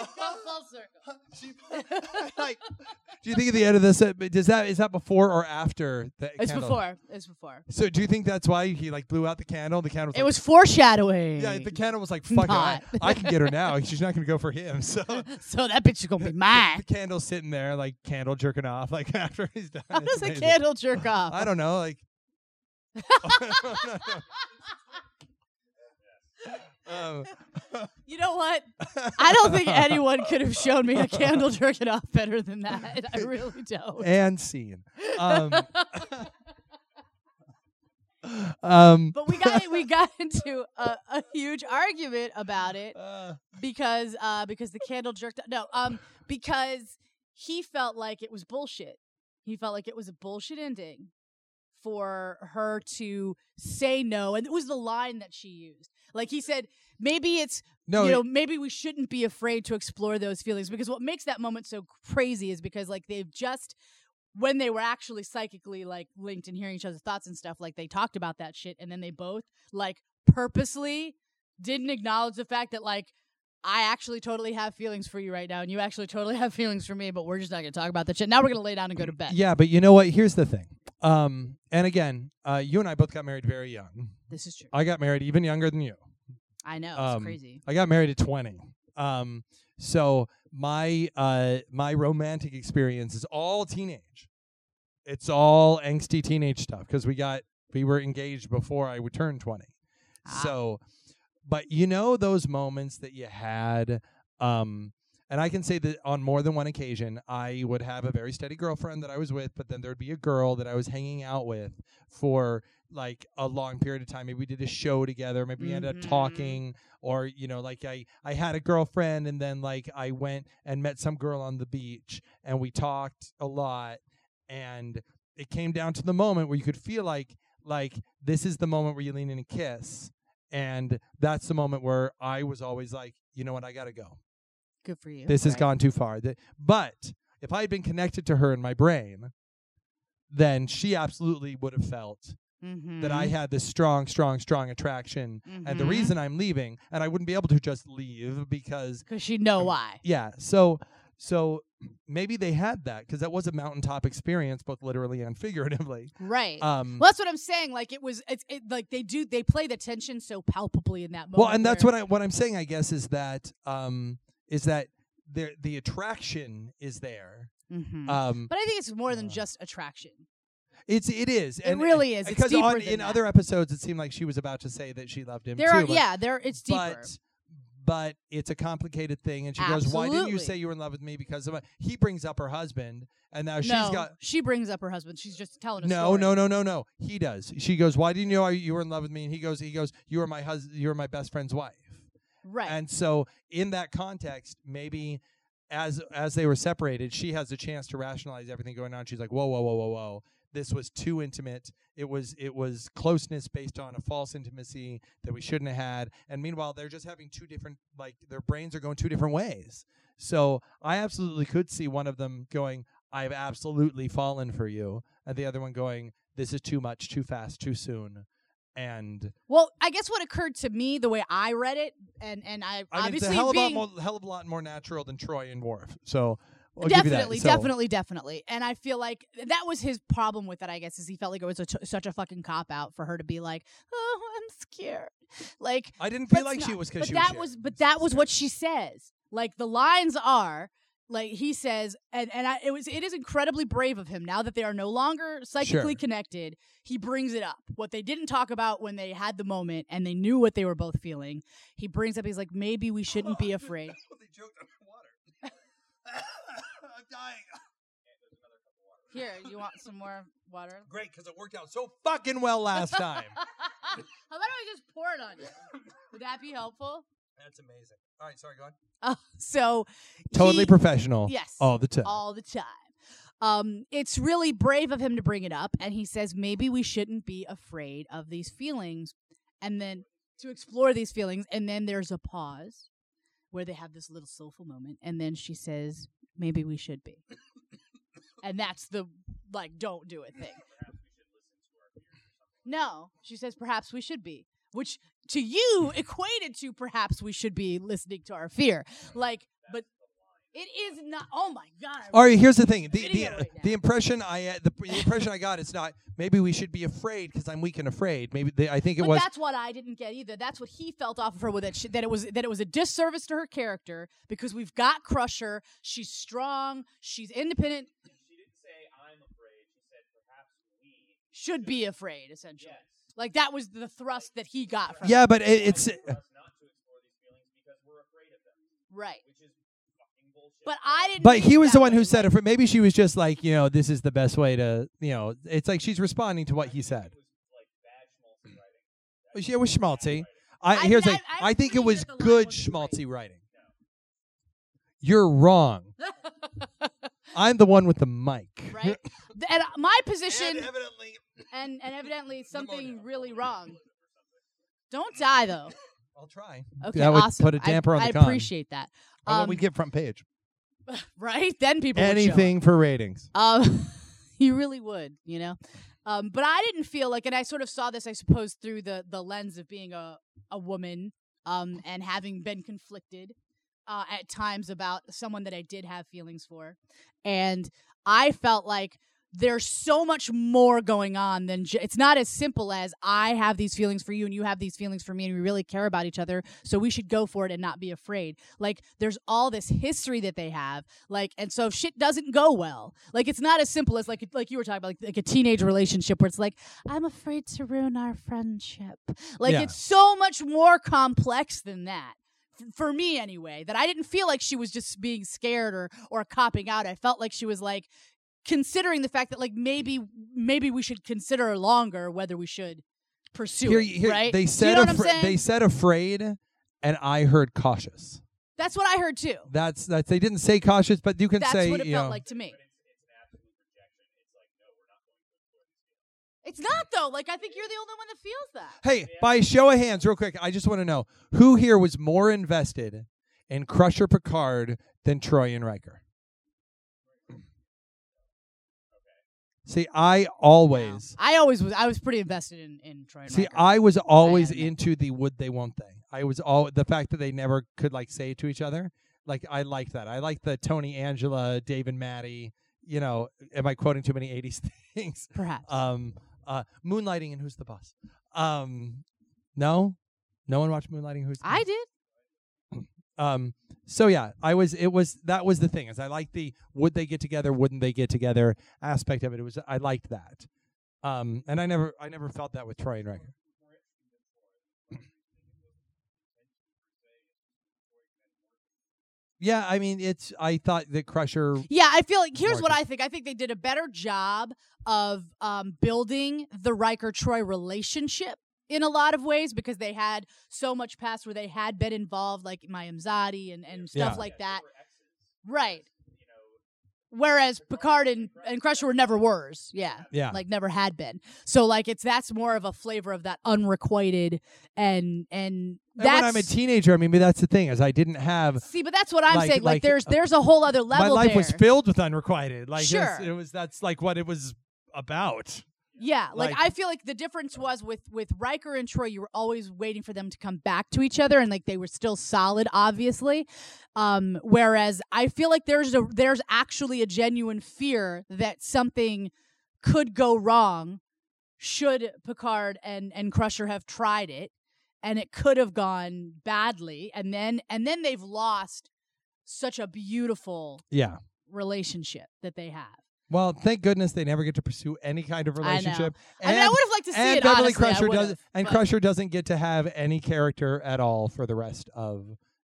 And it goes full circle.
She- like, do you think at the end of this? uh, Does that is that before or after the
It's
candle?
before. It's before.
So do you think that's why he like blew out the candle? The candle. Was
It
like,
was foreshadowing.
Yeah, the candle was like, "Fuck, it, I,
Not.
I can get her now. She's not going to go for him." So
so that bitch is gonna be
the
mine.
candle's sitting there, like candle jerking off, like after he's done.
How
It's
does a
amazing.
candle jerk off?
I don't know. Like Um,
You know what? I don't think anyone could have shown me a candle jerking off better than that. I really don't.
and scene. Um, um,
But we got we got into a, a huge argument about it
uh,
because uh because the candle jerked no um because he felt like it was bullshit. He felt like it was a bullshit ending for her to say no, and it was the line that she used. Like he said, maybe it's
no,
you know,
it-
maybe we shouldn't be afraid to explore those feelings because what makes that moment so crazy is because like they've just when they were actually psychically like linked and hearing each other's thoughts and stuff, like they talked about that shit and then they both like purposely didn't acknowledge the fact that like I actually totally have feelings for you right now and you actually totally have feelings for me, but we're just not gonna talk about that shit. Now we're gonna lay down and go to bed.
Mm, yeah, but you know what? Here's the thing. Um, and again, uh, you and I both got married very young.
This is true.
I got married even younger than you.
I know, it's
um,
crazy.
I got married at 20. Um, so my uh, my romantic experience is all teenage. It's all angsty teenage stuff because we got we were engaged before I would turn 20.
Ah.
So, but you know those moments that you had. Um, and I can say that on more than one occasion, I would have a very steady girlfriend that I was with, but then there'd be a girl that I was hanging out with for like a long period of time. Maybe we did a show together. Maybe we ended up
Mhm.
talking, or you know, like I I had a girlfriend, and then like I went and met some girl on the beach, and we talked a lot, and it came down to the moment where you could feel like like this is the moment where you lean in and kiss, and that's the moment where I was always like, you know what, I gotta go.
Good for you.
This has
Right.
gone too far. Th- But if I had been connected to her in my brain, then she absolutely would have felt that I
Mhm.
had this strong, strong, strong attraction. And the
Mhm.
reason I'm leaving, and I wouldn't be able to just leave because,
Cause she know why.
yeah. So, so maybe they had that because that was a mountaintop experience, both literally and figuratively.
Right.
Um,
Well, that's what I'm saying. Like it was, it's it, like they do, they play the tension so palpably in that moment.
well, and that's
where-
what I what I'm saying, I guess, is that um, is that there the attraction is there.
Mhm.
Um,
but I think it's more than
uh,
just attraction.
it's it is.
It really is. It's
because
deeper
on,
than
in
that.
other episodes, it seemed like she was about to say that she loved him
There
too.
are,
but-
yeah, there it's deeper.
But but it's a complicated thing, and she goes, "Why didn't you
Absolutely.
say you were in love with me?" Because of my-" he brings up her husband, and now uh, she's
no,
got
she brings up her husband. She's just telling us.
no, no, no, no, no. He does. She goes, "Why didn't you know I- you were in love with me?" And he goes, "He goes, you were my husband. You were my best friend's wife."
right.
And so, in that context, maybe as as they were separated, she has a chance to rationalize everything going on. She's like, "Whoa, whoa, whoa, whoa, whoa." This was too intimate. It was it was closeness based on a false intimacy that we shouldn't have had. And meanwhile, they're just having two different like their brains are going two different ways. So I absolutely could see one of them going, "I've absolutely fallen for you," and the other one going, "This is too much, too fast, too soon." And
well, I guess what occurred to me, the way I read it, and and
I
I,
mean,
obviously
it's a hell of,
being
a lot more, hell of a lot more natural than Troy and Worf. So I'll give you that.
definitely,
So-
definitely, definitely. And I feel like that was his problem with it. I guess is he felt like it was a t- such a fucking cop out for her to be like, oh, I'm scared. Like
I didn't feel
That's
like she
not-
was because
but
she
that
was,
was
here.
but that was what she says like the lines are like he says and and I, it was it is incredibly brave of him now that they are no longer psychically
Sure.
connected he brings it up what they didn't talk about when they had the moment and they knew what they were both feeling he brings up he's like maybe we shouldn't be afraid
they joked underwater. I'm dying.
here you want some more water
Great, because it worked out so fucking well last time.
how about i just pour it on you would that be helpful
That's amazing. All right, sorry, go on.
uh, so
Totally
he-
professional.
yes
All the time.
all the time. Um, it's really brave of him to bring it up, and he says maybe we shouldn't be afraid of these feelings, and then to explore these feelings. And then there's a pause where they have this little soulful moment, and then she says maybe we should be, and that's the like don't do it thing. No, she says perhaps we should be, which to you equated to perhaps we should be listening to our fear, like but. It is not. Oh my god! I
all right, here's the thing. The,
Video
the,
right now.
the impression I uh, the, the impression I got is not maybe we should be afraid because I'm weak and afraid. Maybe they, I think it
but
was
that's what I didn't get either. That's what he felt off of her with that. She, that it was that it was a disservice to her character because we've got Crusher. She's strong. She's independent.
She didn't say I'm afraid. She said perhaps we.
should be afraid, essentially. Like that was the thrust that he got from
Yeah,
it.
but it, it's uh,
right. But I didn't.
but
think
he was
that
the one who said it. For, maybe she was just like, you know, this is the best way to, you know, it's like she's responding to what he said. Yeah, it was schmaltzy. I,
I
here's
mean,
the thing.
I- I
I think it
believe
was
that the line
good
wasn't right.
schmaltzy writing. You're wrong. I'm the one with the mic.
right? Th- and my position, and evidently, and, evidently something really wrong. Don't die though.
I'll try.
Okay,
That would
awesome.
put a
I-
damper on
I
the con.
appreciate that. Um,
we get front page.
right then, people would show up.
Anything for ratings.
Um, you really would, you know. Um, but I didn't feel like, and I sort of saw this, I suppose, through the the lens of being a a woman, um, and having been conflicted, uh, at times about someone that I did have feelings for, and I felt like there's so much more going on than j- it's not as simple as I have these feelings for you and you have these feelings for me and we really care about each other, so we should go for it and not be afraid. Like there's all this history that they have like and so if shit doesn't go well like it's not as simple as like like you were talking about like, like a teenage relationship where it's like i'm afraid to ruin our friendship like
Yeah.
it's so much more complex than that F- for me anyway that i didn't feel like she was just being scared or or copping out i felt like she was like considering the fact that like maybe maybe we should consider longer whether we should pursue
Here,
it,
here-
right
They
Do
said
you know what I'm
afra-
saying?
they said afraid, and I heard cautious.
that's what i heard too
That's that's they didn't say cautious, but you can
that's
say
what it
you
felt
know,
like to me. It's not though. Like I think you're the only one that feels that.
Hey, by show of hands, real quick, I just want to know who here was more invested in Crusher Picard than Troy and Riker? See, I always
I always was. I was pretty invested in in Troy. and
see,
Riker.
I was always
I am.
into the would they won't they. I was all the fact that they never could like say it to each other. Like I liked that. I liked the Tony Angela, Dave and Maddie. You know, am I quoting too many '80s things?
perhaps.
Um, uh, Moonlighting and Who's the Boss? Um, no, no one watched Moonlighting. and Who's the
I
Boss?
did.
Um, so yeah, I was. It was that was the thing is I liked the would they get together, wouldn't they get together aspect of it. It was I liked that. Um, and I never I never felt that with Troy and Riker. Yeah, I mean it's. I thought that Crusher.
Yeah, I feel like here's what
Riker.
I think. I think they did a better job of um, building the Riker Troy relationship in a lot of ways because they had so much past where they had been involved, like Maya Mzadi and and stuff
Yeah.
like that. Right. Whereas Picard and, and Crusher were never worse. Yeah.
Yeah,
like never had been. So like it's that's more of a flavor of that unrequited and and
and
that's
when I'm a teenager, I mean maybe that's the thing is I didn't have
see, but that's what I'm
like-
saying. Like,
like,
there's
uh,
there's a whole other level.
my life was
there.
filled with unrequited. Like it was-
Sure.
it was that's like what it was about.
Yeah, like,
Like-
I feel like the difference was with with Riker and Troy, you were always waiting for them to come back to each other, and like they were still solid, obviously. Um, whereas I feel like there's a there's actually a genuine fear that something could go wrong should Picard and and Crusher have tried it, and it could have gone badly, and then and then they've lost such a beautiful
Yeah.
relationship that they have.
Well, thank goodness they never get to pursue any kind of
I know.
relationship.
I mean, I would have liked to see
and
it.
Beverly
honestly, I
Crusher
would've,
does, and
but-
Crusher doesn't get to have any character at all for the rest of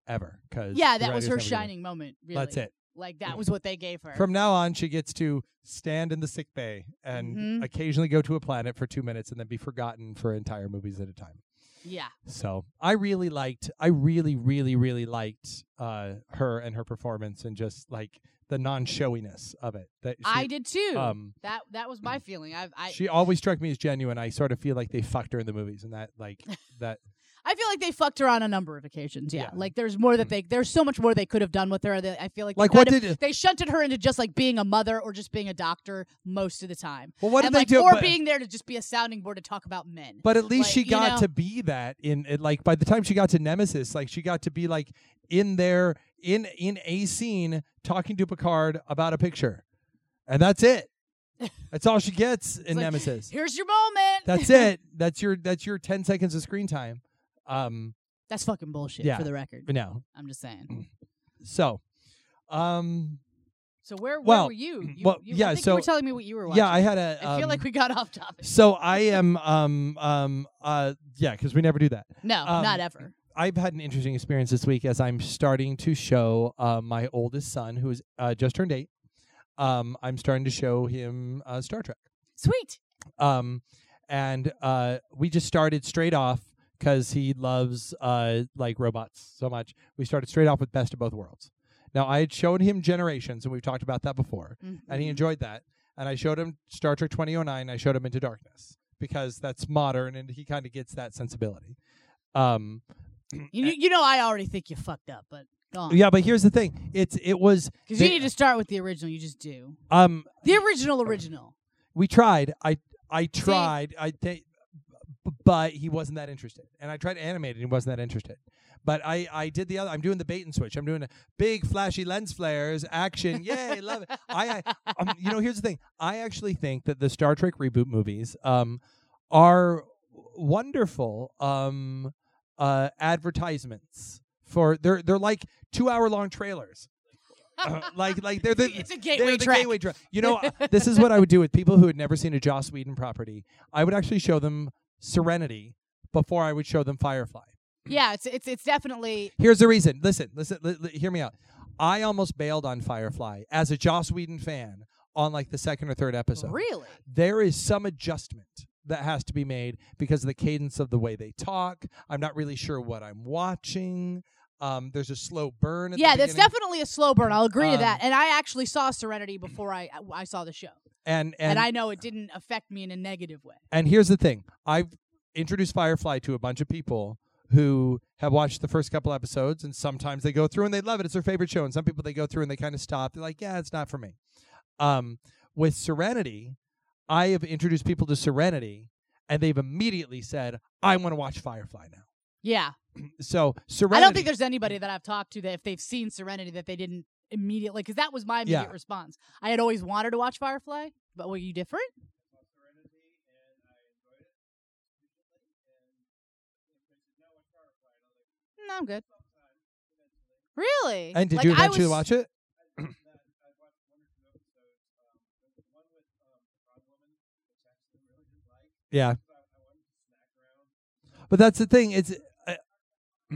ever. Because
Yeah, that was her shining moment. Really.
That's it.
Like that was what they gave her.
From now on, she gets to stand in the sick bay and
Mhm.
occasionally go to a planet for two minutes and then be forgotten for entire movies at a time.
yeah,
So I really liked, I really, really, really liked uh, her and her performance and just like the non-showiness of it. That she,
I did too.
Um,
that that was my feeling. I I,
she always struck me as genuine. I sort of feel like they fucked her in the movies, and that like that.
I feel like they fucked her on a number of occasions. Yeah,
Yeah. Mm-hmm.
like there's more that they there's so much more they could have done with her. That I feel like they
Like,
kind
what
of-
did-
they shunted her into just like being a mother or just being a doctor most of the time.
Well, what did
and,
they
like,
do?
Or
but,
being there to just be a sounding board to talk about men.
but at least
like,
she
you
got
know-
to be that in it, like by the time she got to Nemesis, like she got to be like in there in in a scene talking to Picard about a picture, and that's it. That's all she gets in
like,
Nemesis.
Here's your moment.
That's it. That's your that's your ten seconds of screen time. Um,
That's fucking bullshit
Yeah. Mm.
for the record.
but no,
I'm just saying.
So, um,
So where, where
Well, mm,
were you? you
well,
you- I
yeah,
think you
so-
were telling me what you were watching.
Yeah, I had a.
I feel
um,
like we got off topic.
So I am. Um. Um. Uh. Yeah, because we never do that.
No,
um,
not ever.
I've had an interesting experience this week as I'm starting to show uh, my oldest son, who is uh, just turned eight. Um, I'm starting to show him uh, Star Trek.
Sweet.
Um, and uh, we just started straight off because he loves uh, like robots so much. We started straight off with Best of Both Worlds. Now I had shown him Generations, and we've talked about that before,
Mm-hmm.
and he enjoyed that. And I showed him Star Trek 2009. I showed him Into Darkness because that's modern, and he kind of gets that sensibility. Um,
You, you know, I already think you fucked up, but go on.
Yeah, but here's the thing. It's it was
Because
they-
you need to start with the original. You just do.
um
The original, original.
we tried. I I tried. I think but he wasn't that interested. And I tried to animate it and he wasn't that interested. But I I did the other I'm doing the bait and switch. I'm doing a big flashy lens flares, action. Yay, love it. I, I um, you know, here's the thing. I actually think that the Star Trek reboot movies um are wonderful um uh advertisements for they're they're like 2-hour long trailers. like like they're the
it's a
They're
gateway
the
track.
gateway drug. You know, uh, this is what I would do with people who had never seen a Joss Whedon property. I would actually show them Serenity before I would show them Firefly.
Yeah, it's it's it's definitely
Here's the reason. Listen, listen, li- li- hear me out. I almost bailed on Firefly as a Joss Whedon fan on like the second or third episode.
really.
There is some adjustment that has to be made because of the cadence of the way they talk. I'm not really sure what I'm watching. Um, there's a slow burn. At
Yeah,
the
that's
beginning.
definitely a slow burn. I'll agree to that.
Um,
And I actually saw Serenity before I I saw the show,
and
and,
and
I know it didn't affect me in a negative way.
And here's the thing: I've introduced Firefly to a bunch of people who have watched the first couple episodes, and sometimes they go through and they love it. It's their favorite show. And some people they go through and they kind of stop. They're like, "Yeah, it's not for me." Um, with Serenity, I have introduced people to Serenity, and they've immediately said, "I want to watch Firefly now."
Yeah,
So Serenity.
I don't think there's anybody that I've talked to that if they've seen Serenity that they didn't immediately because that was my immediate
Yeah.
response. I had always wanted to watch Firefly, but were you different? No, I'm good. Really?
and did
Like,
you
I
eventually
was-
watch it? Yeah. But that's the thing. It's. Uh,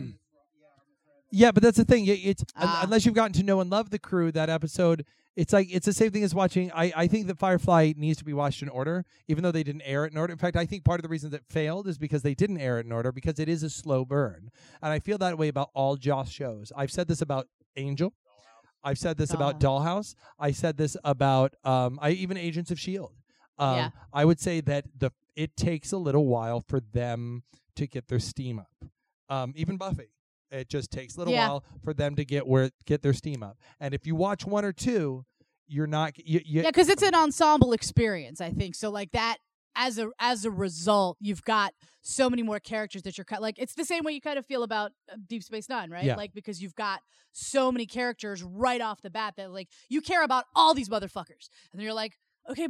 yeah, but that's the thing. It- It's un-
Ah.
unless you've gotten to know and love the crew that episode. It's like it's the same thing as watching. I, I think that Firefly needs to be watched in order, even though they didn't air it in order. In fact, I think part of the reason that failed is because they didn't air it in order because it is a slow burn, and I feel that way about all Joss shows. I've said this about Angel. I've said this about Dollhouse. I said this about um, I even Agents of Shield. Um,
Yeah.
I would say that the it takes a little while for them to get their steam up. Um, even Buffy, it just takes a little
Yeah.
while for them to get where get their steam up. And if you watch one or two, you're not you, you,
Yeah, because it's an ensemble experience, I think. So like that as a as a result, you've got so many more characters that you're cut. Like it's the same way you kind of feel about uh, Deep Space Nine, right?
Yeah.
Like because you've got so many characters right off the bat that like you care about all these motherfuckers, and then you're like, okay,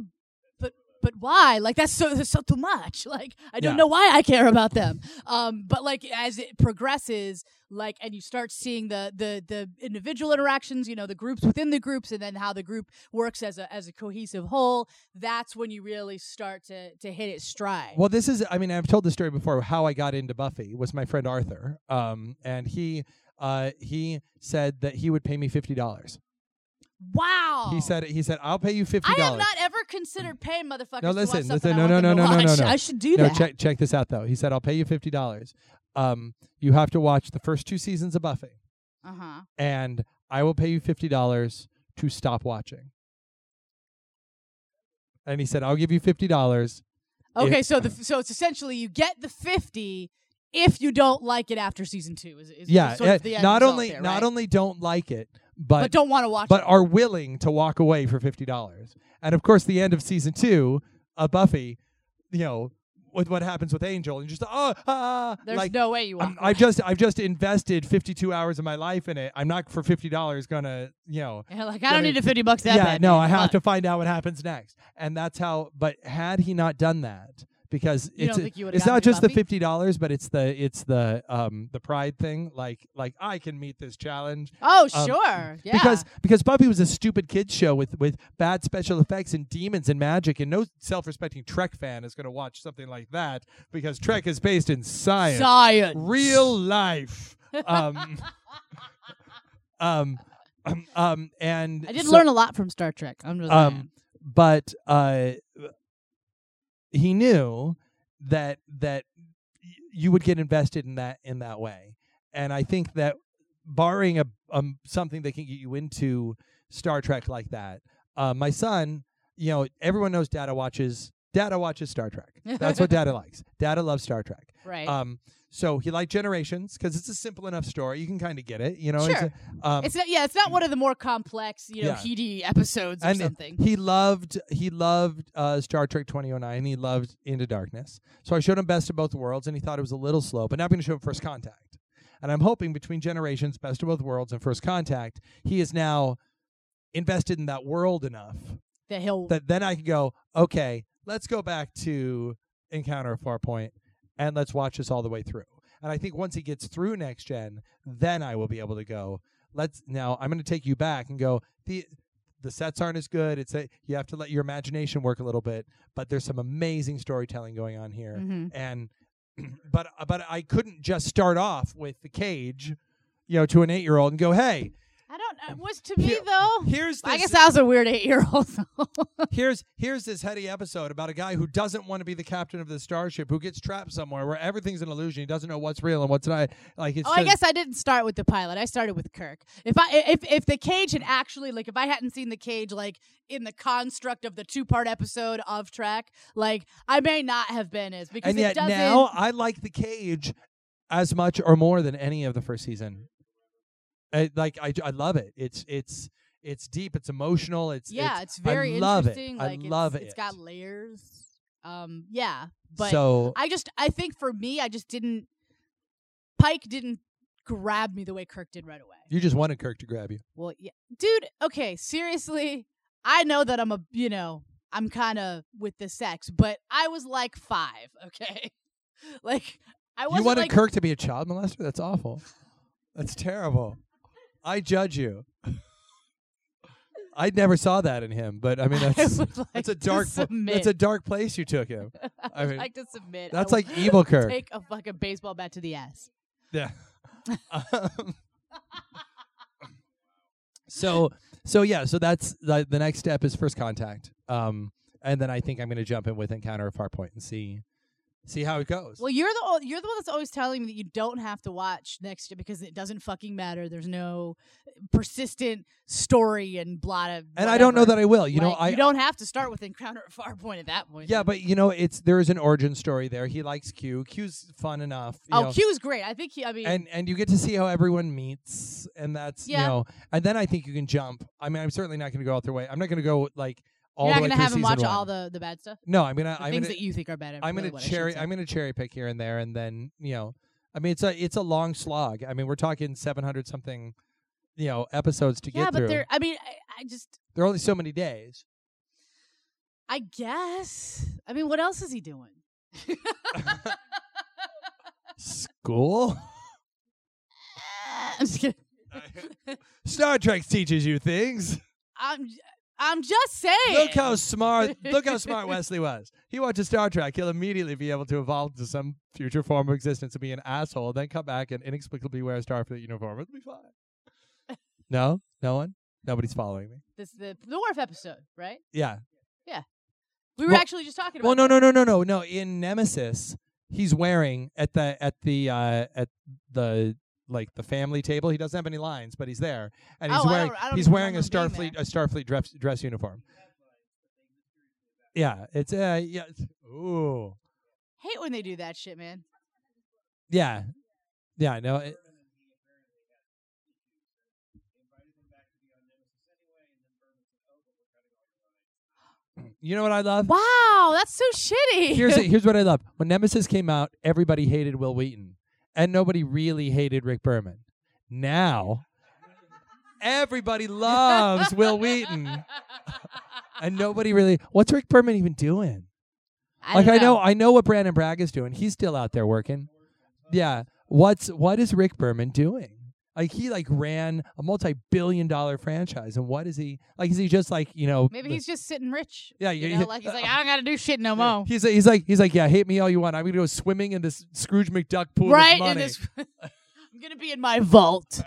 but but why? Like that's so that's so too much. Like I don't
Yeah.
know why I care about them. Um, but like as it progresses, like and you start seeing the the the individual interactions, you know, the groups within the groups, and then how the group works as a as a cohesive whole. That's when you really start to to hit its stride.
Well, this is, I mean, I've told the story before how I got into Buffy was my friend Arthur. Um, and he, uh, he said that he would pay me $50.
Wow.
He said, he said, I'll pay you $50.
I have not ever considered paying motherfuckers.
No, listen,
to watch something
listen,
I
no,
want
no,
them
no,
to
no, no,
watch.
no.
I should do
no,
that.
check, check this out though. He said, I'll pay you $50. Um, you have to watch the first two seasons of Buffy
Uh huh.
and I will pay you $50 to stop watching. And he said, I'll give you $50.
Okay, so the so it's essentially you get the fifty if you don't like it after season two. Is, is
Yeah.
sort of
uh,
the end
not
result
only,
there,
not
right?
only don't like it,
but,
but
don't want to watch.
but
it.
are willing to walk away for fifty dollars. And of course, the end of season two, uh, Buffy, you know, with what happens with Angel, and just oh, ah,
there's
like
no way you
I'm,
want.
I've just I've just invested fifty two hours of my life in it. I'm not for fifty dollars gonna you know.
like I don't
I mean,
need the fifty bucks that
yeah,
bad.
no,
man.
I have
Fuck.
to find out what happens next, and that's how. But had he not done that, because
You
it's
don't think you would
it's not just the fifty dollars, but it's the it's the um the pride thing. Like like I can meet this challenge
Oh,
um,
sure. Yeah.
because because Buffy was a stupid kids show with with bad special effects and demons and magic, and no self respecting Trek fan is going to watch something like that because Trek is based in science,
science.
real life. Um, um, um, um, and
I did
so-
learn a lot from Star Trek. I'm just
Um,
saying.
but uh, he knew that that y- you would get invested in that in that way, and I think that barring a um something that can get you into Star Trek like that, uh, my son, you know, everyone knows Data watches Data watches Star Trek. That's what Data likes. Data loves Star Trek.
right.
Um, so he liked Generations because it's a simple enough story. You can kind of get it, you know. It's
Sure.
a- um,
it's not. Yeah, it's not one of the more complex, you know,
Yeah.
heady episodes or
And
something.
He loved he loved uh, Star Trek 2009. He loved Into Darkness. So I showed him Best of Both Worlds, and he thought it was a little slow. But now I'm going to show him First Contact, and I'm hoping between Generations, Best of Both Worlds, and First Contact, he is now invested in that world enough
that he'll.
that then I can go, okay, let's go back to Encounter at Farpoint, and let's watch this all the way through. And I think once he gets through next gen, then I will be able to go. Let's now. I'm going to take you back and go. the The sets aren't as good. It's a, you have to let your imagination work a little bit, but there's some amazing storytelling going on here.
Mhm.
And but but I couldn't just start off with the cage, you know, to an eight year old and go, hey,
I don't. It was to me
Here-
though.
here's this
Oh, I guess I was a weird eight-year-old.
here's here's this heady episode about a guy who doesn't want to be the captain of the starship who gets trapped somewhere where everything's an illusion he doesn't know what's real and what's not like it's
Oh, I
just-
guess I didn't start with the pilot. I started with Kirk. If I if if the cage had actually like if I hadn't seen the cage like in the construct of the two part episode of Trek, like I may not have been as because
and
it
yet
doesn't.
now i like the cage as much or more than any of the first season I, like I, I love it it's it's it's deep it's emotional it's
yeah,
it's,
it's, very
I love
interesting.
it.
Like
i love
it's,
it
It's got layers. Um, yeah, but
so
I just I think for me, I just didn't. Pike didn't grab me the way Kirk did right away.
you just wanted kirk to grab you
Well, yeah, dude. Okay, seriously, I know that I'm a you know I'm kind of with the sex, but I was like five. Okay, like I
you
wasn't
wanted
like
kirk to be a child molester that's awful that's terrible i judge you i never saw that in him but i mean that's
would like
That's a
to
dark. pla-
submit.
that's a dark place you took him. I
I
mean,
would like to submit. I
that's
would
like evil Kirk.
take a fucking baseball bat to the ass.
yeah. Um, so so yeah. So that's the, the next step is first contact. Um, and then I think I'm going to jump in with Encounter at Farpoint and see see how it goes.
Well, you're the o- you're the one that's always telling me that you don't have to watch next year because it doesn't fucking matter. There's no persistent story and blah. And
and I don't know that I will. You know, I
you don't have to start with Encounter at Farpoint at that point.
yeah, but you know, it's there is an origin story there. He likes Q. Q's fun enough. you
Oh,
know.
Q is great. I think he. I mean,
and and you get to see how everyone meets and that's
Yeah.
you know and then i think you can jump i mean i'm certainly not going to go out their way i'm not going to go like all
you're not
the way
gonna
through
have him
season
watch
one.
all the the bad stuff,
no i'm going to
the
i'm
things
going
that
to
you think are bad.
i'm
really
going
what
to
I should
cherry
say.
i'm going to cherry pick here and there and then you know i mean it's a it's a long slog i mean we're talking 700 something you know episodes to
yeah,
get
but
through
there. I mean, I, I just.
there are only so many days
I guess. I mean, what else is he doing?
school
I'm just kidding.
star trek teaches you things
I'm. I'm just saying.
Look how smart! Look how smart Wesley was. He watches Star Trek. He'll immediately be able to evolve to some future form of existence and be an asshole, then come back and inexplicably wear a Starfleet uniform. It'll be fine. No, no one, nobody's following me.
this the the Worf episode, right?
Yeah.
We were
Well-
actually just talking about.
Well, no,
that.
no, no, no, no, no. In Nemesis, he's wearing at the at the uh, at the like the family table. He doesn't have any lines, but he's there, and he's
Oh, I
wearing
don't- I don't
he's
even
wearing a
remember him being
Starfleet a Starfleet dress dress uniform. Yeah, it's uh yeah. it's- Ooh.
Hate when they do that shit, man.
Yeah. Yeah, no. It, you know what I love?
Wow, that's so shitty.
Here's here's what I love. When Nemesis came out, everybody hated Will Wheaton, and nobody really hated Rick Berman. Now, everybody loves Will Wheaton, and nobody really. What's Rick Berman even doing?
I
like
don't
I know I know what Brandon Bragg is doing. He's still out there working. Yeah. What's what is Rick Berman doing? Like he like ran a multi-billion dollar franchise and what is he like is he just like, you know,
Maybe
the-
he's just sitting rich.
Yeah,
you
yeah,
know,
yeah.
like he's like, I don't gotta do shit no
Yeah.
more.
He's he's like he's like yeah, hate me all you want. I'm gonna go swimming in this Scrooge McDuck pool
right?
of money.
And this, I'm gonna be in my vault,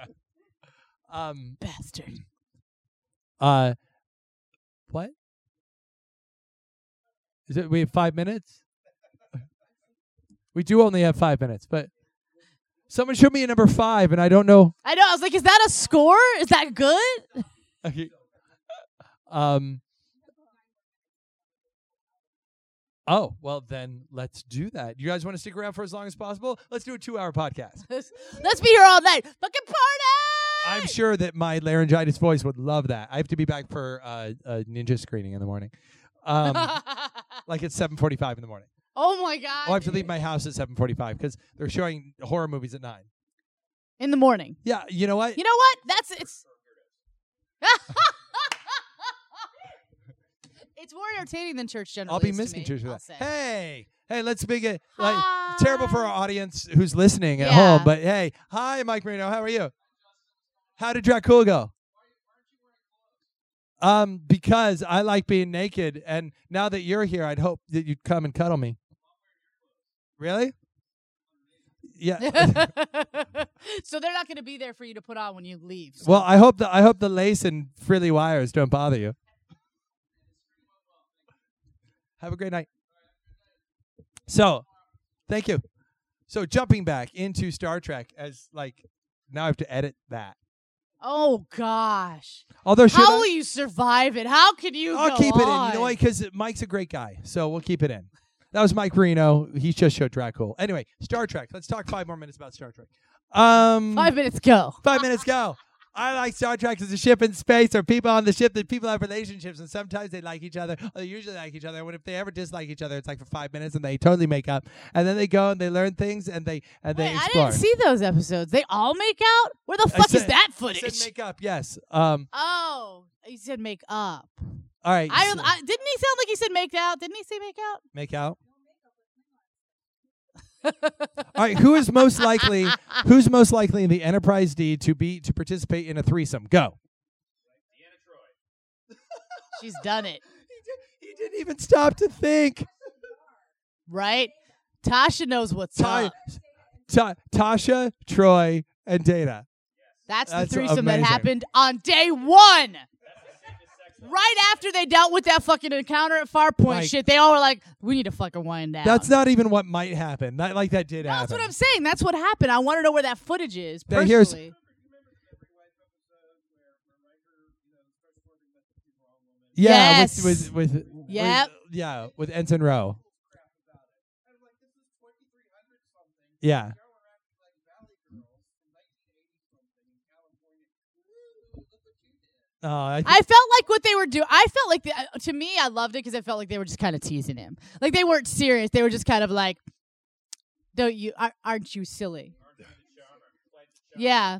um
bastard.
uh, what is it? We have five minutes. We do only have five minutes, but someone showed me a number five, and I don't know.
I know. I was like, is that a score? Is that good?
Okay. Um. Oh well, then let's do that. You guys want to stick around for as long as possible? Let's do a two-hour podcast.
Let's be here all night. Fucking party!
I'm sure that my laryngitis voice would love that. I have to be back for uh, a ninja screening in the morning, um, like at 7:45 in the morning.
oh my god!
I'll have to leave my house at 7:45 because they're showing horror movies at nine.
in the morning.
Yeah, you know what?
You know what? That's it's. it's more entertaining than church generally.
I'll be
is to
missing
me,
church for
I'll
that.
say.
Hey, hey, let's make it like terrible for our
Hi.
audience who's listening at
Yeah.
home. But hey, hi, Mike Marino, how are you? How did Dracula go? Um, because I like being naked, and now that you're here, I'd hope that you'd come and cuddle me. Really? Yeah.
so they're not going to be there for you to put on when you leave. so-
Well, I hope the I hope the lace and frilly wires don't bother you. Have a great night. So, thank you. So, jumping back into Star Trek as like now I have to edit that.
oh gosh,
Although should
how
I?
will you survive it? How can you?
I'll
go
keep it in. You
on?
know why? Because Mike's a great guy, so we'll keep it in. That was Mike Marino. He just showed Dracul. Anyway, Star Trek. Let's talk five more minutes about Star Trek. Um,
Five minutes go.
Five minutes go. I like Star Trek as a ship in space or people on the ship that people have relationships and sometimes they like each other or they usually like each other. When if they ever dislike each other, it's like for five minutes and they totally make up and then they go and they learn things and they and they
Wait, I
explore.
didn't see those episodes. They all make out. Where the
I
fuck is
said-
that
I
footage?
said make up, yes. Um,
oh, you said make up.
all right.
I,
so-
don't- I didn't. He sound like he said make out. Didn't he say make out?
make out. all right. Who is most likely? Who's most likely in the Enterprise D to be to participate in a threesome? Go.
She's done it,
He didn't even stop to think.
right? Tasha knows what's
Ty,
up.
Ta- Tasha, Troy, and Data.
That's,
that's
the threesome
amazing.
that happened on day one. Right after they dealt with that fucking encounter at Farpoint
Like-
shit, they all were like, "We need to fucking wind down."
That's not even what might happen. Not like that did
No,
happen.
that's what I'm saying. That's what happened. I want to know where that footage is.
Now, here's-
Personally,
yeah, with-
Yes.
with with, with
Yep.
yeah, with Ensign Rowe. Yeah. Oh, I,
I felt like what they were doing. I felt like the, uh, to me, I loved it because I felt like they were just kind of teasing him. Like they weren't serious. They were just kind of like, "Don't you? ar- Aren't you silly?" Yeah,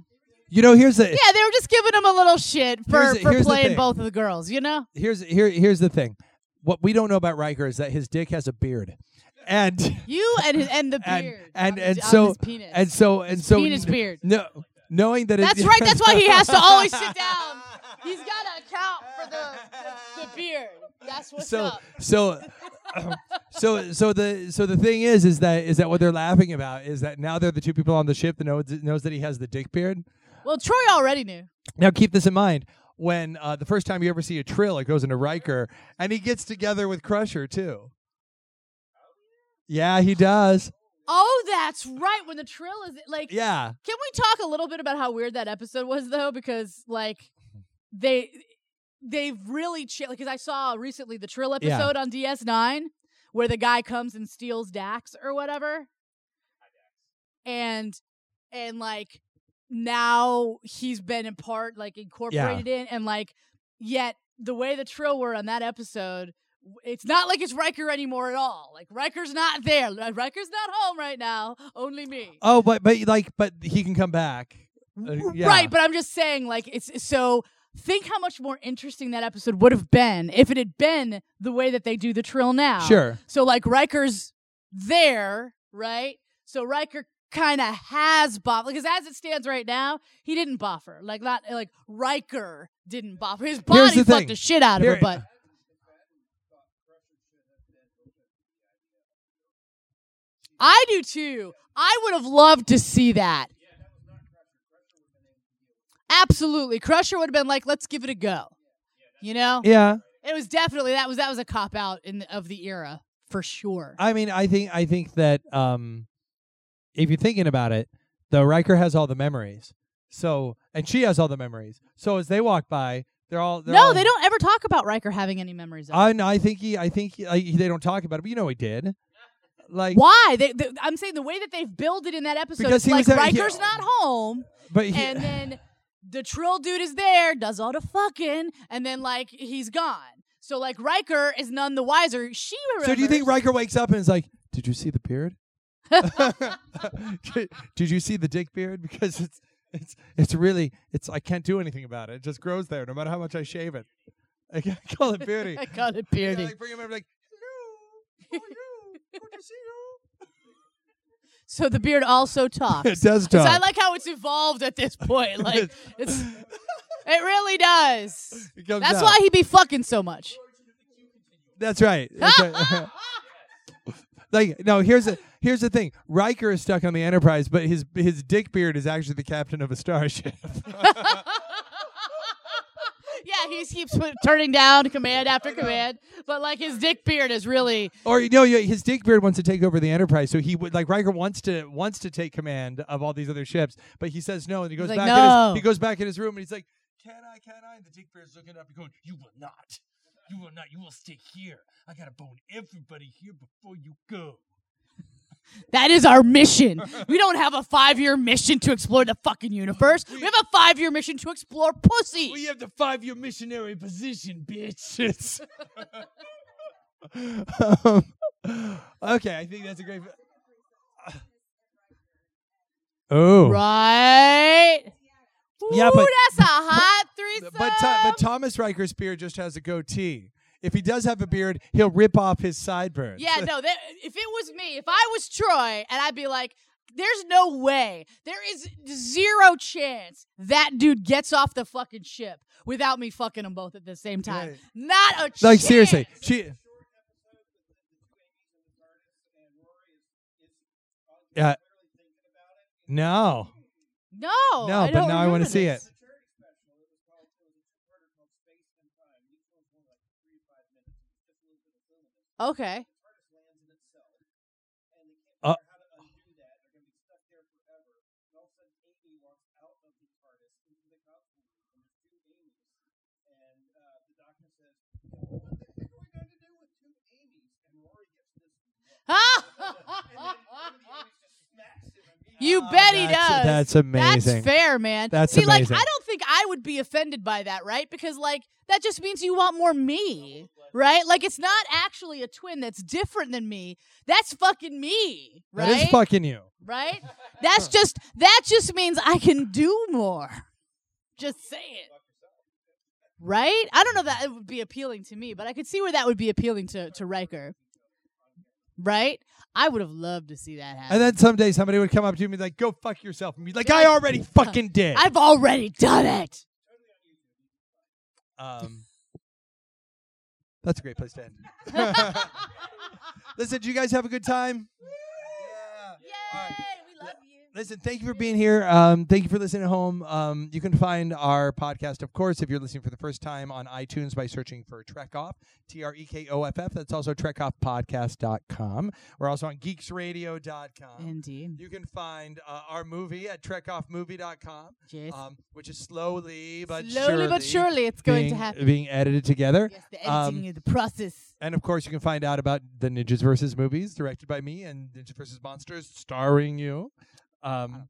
you know, here's the
yeah. They were just giving him a little shit for
Here's the-
for
here's the
playing
thing.
both of the girls. You know.
here's here here's the thing. What we don't know about Riker is that his dick has a beard, and
You and his, and the
And-
beard
and-
on
and
his,
so-
on his penis.
and so and so
penis beard.
No, knowing that it-
that's right. That's why he has to always sit down. He's got to account for the, the, the beard. That's what's
so
up.
so so so the so the thing is is that is that what they're laughing about is that now they're the two people on the ship that knows knows that he has the dick beard.
Well, Troy already knew.
Now keep this in mind when uh, the first time you ever see a trill, it goes into Riker, and he gets together with Crusher too. Yeah, he does.
Oh, that's right. When the trill is like,
Yeah,
can we talk a little bit about how weird that episode was though? Because like, they they've really changed. Because I saw recently the trill
Yeah.
episode on DS9 where the guy comes and steals Dax or whatever, and and like now he's been in part like incorporated in, and like yet the way the trill were on that episode it's not like it's Riker anymore at all. Like Riker's not there. Like, Riker's not home right now. Only me.
Oh, but but like, but he can come back. Uh, yeah.
Right, but I'm just saying, like it's so Think how much more interesting that episode would have been if it had been the way that they do the trill now.
Sure.
So like Riker's there, right? So Riker kind of has boff because as it stands right now, he didn't buff her. Like not like Riker didn't buff her. His body
the
fucked
thing.
the shit out of
Here-
her, but I do too. I would have loved to see that. Absolutely. Crusher would have been like, let's give it a go. You know?
Yeah.
It was definitely that was that was a cop out in the, of the era for sure.
I mean, I think I think that um, if you're thinking about it, the Riker has all the memories. So and she has all the memories. So as they walk by, they're all they're
no,
all-
they don't ever talk about Riker having any memories of it.
I no, I think he. I think he, like, they don't talk about it, but you know he did. Like,
Why? They, they, I'm saying the way that they've built it in that episode
Because
it's
he
like
was at- he-
Riker's not home,
but he,
and then the Trill dude is there, does all the fucking, and then like he's gone. So like Riker is none the wiser. She remembers.
so do you think Riker wakes up and is like, "Did you see the beard? did, did you see the dick beard? Because it's it's it's really it's I can't do anything about it. It just grows there, no matter how much I shave it. I can't call it beauty.
I got it,
Yeah,
Beardy.
like bring him over, like, hello, how are you? Good to see you.
So the beard also talks.
It does
'Cause I
talk.
like how it's evolved at this point. Like it's, it really does.
It comes
That's
out.
why he be fucking so much.
That's right. That's right. like, no, here's the here's the thing. Riker is stuck on the Enterprise, but his his dick beard is actually the captain of a starship.
Yeah, he keeps put- turning down command after command, but like his dick beard is really
or you know, yeah, his dick beard wants to take over the Enterprise, so he would like Riker wants to wants to take command of all these other ships, but he says no, and he goes
like,
back. In
"No."
his, he goes back in his room, and he's like, "Can I? Can I?" And the dick beard's looking up and going, "You will not. You will not. You will stay here. I gotta bone everybody here before you go."
that is our mission. We don't have a five year mission to explore the fucking universe. We have a five year mission to explore pussy.
We have the five year missionary position, bitches. um, okay, I think that's a great. Oh.
Right?
Yeah,
Ooh,
but-
that's a hot threesome.
But, Tho- but Thomas Riker's beard just has a goatee. If he does have a beard, he'll rip off his sideburns.
Yeah, no. That, if it was me, if I was Troy, and I'd be like, "There's no way. There is zero chance that dude gets off the fucking ship without me fucking them both at the same time.
Right.
Not a chance."
Like, seriously. She. Yeah. No.
No,
No,
I
but
don't
now I want
remember
to see it.
this. Okay.
Uh,
you bet he
Oh, That's-
does.
that's amazing.
That's fair, man.
That's
See,
amazing.
like I don't think I would be offended by that, right? Because like that just means you want more me, right? Like it's not actually a twin that's different than me. That's fucking me, right?
That is fucking you.
right? That's just that just means I can do more. Just say it. Right? I don't know that it would be appealing to me, but I could see where that would be appealing to, to Riker. Right? I would have loved to see that happen.
And then someday somebody would come up to me and be like, go fuck yourself. And be like, I already fucking did.
I've already done it.
Um, that's a great place to end. Listen, did you guys have a good time?
Yay!
All right.
We love you.
Listen, thank you for being here. Um, thank you for listening at home. Um, you can find our podcast, of course, if you're listening for the first time on iTunes by searching for Trek Off, T R E K O F F. That's also trekoffpodcast.com. We're also on geeksradio.com.
Indeed.
You can find uh, our movie at trekoffmovie.com,
Yes.
um, which is slowly but
Slowly Uh, but surely it's going
being,
to happen.
being edited together.
Yes, the editing is the process.
And of course, you can find out about the Ninjas versus movies directed by me and Ninjas versus Monsters starring you. Um,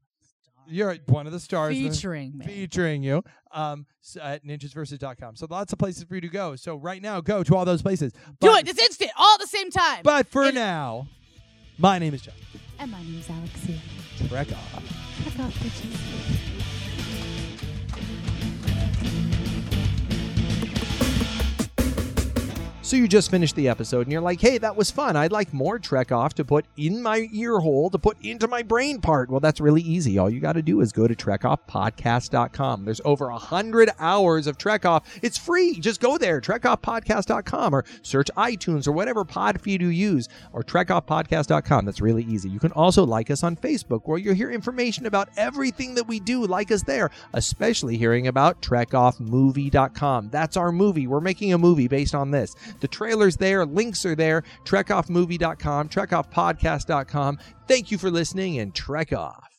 you're one of the stars. in the-
Featuring me.
featuring you um, s- at ninjasversus.com. So lots of places for you to go. So right now, go to all those places.
Do
But-
it this instant, all at the same time.
But for
It-
now, my name is John.
and my name's Alexia.
Trek off.
Fuck off, bitches.
So you just finished the episode and you're like, hey, that was fun. I'd like more Trek Off to put in my ear hole, to put into my brain part. Well, that's really easy. All you got to do is go to trekoffpodcast.com. There's over a 100 hours of Trek Off. It's free. Just go there, trekoffpodcast.com, or search iTunes or whatever pod feed you use, or trekoffpodcast.com. That's really easy. You can also like us on Facebook where you'll hear information about everything that we do. Like us there, especially hearing about trekoffmovie.com. That's our movie. We're making a movie based on this. The trailer's there, links are there, trekoffmovie.com, trekoffpodcast.com. Thank you for listening and trek off.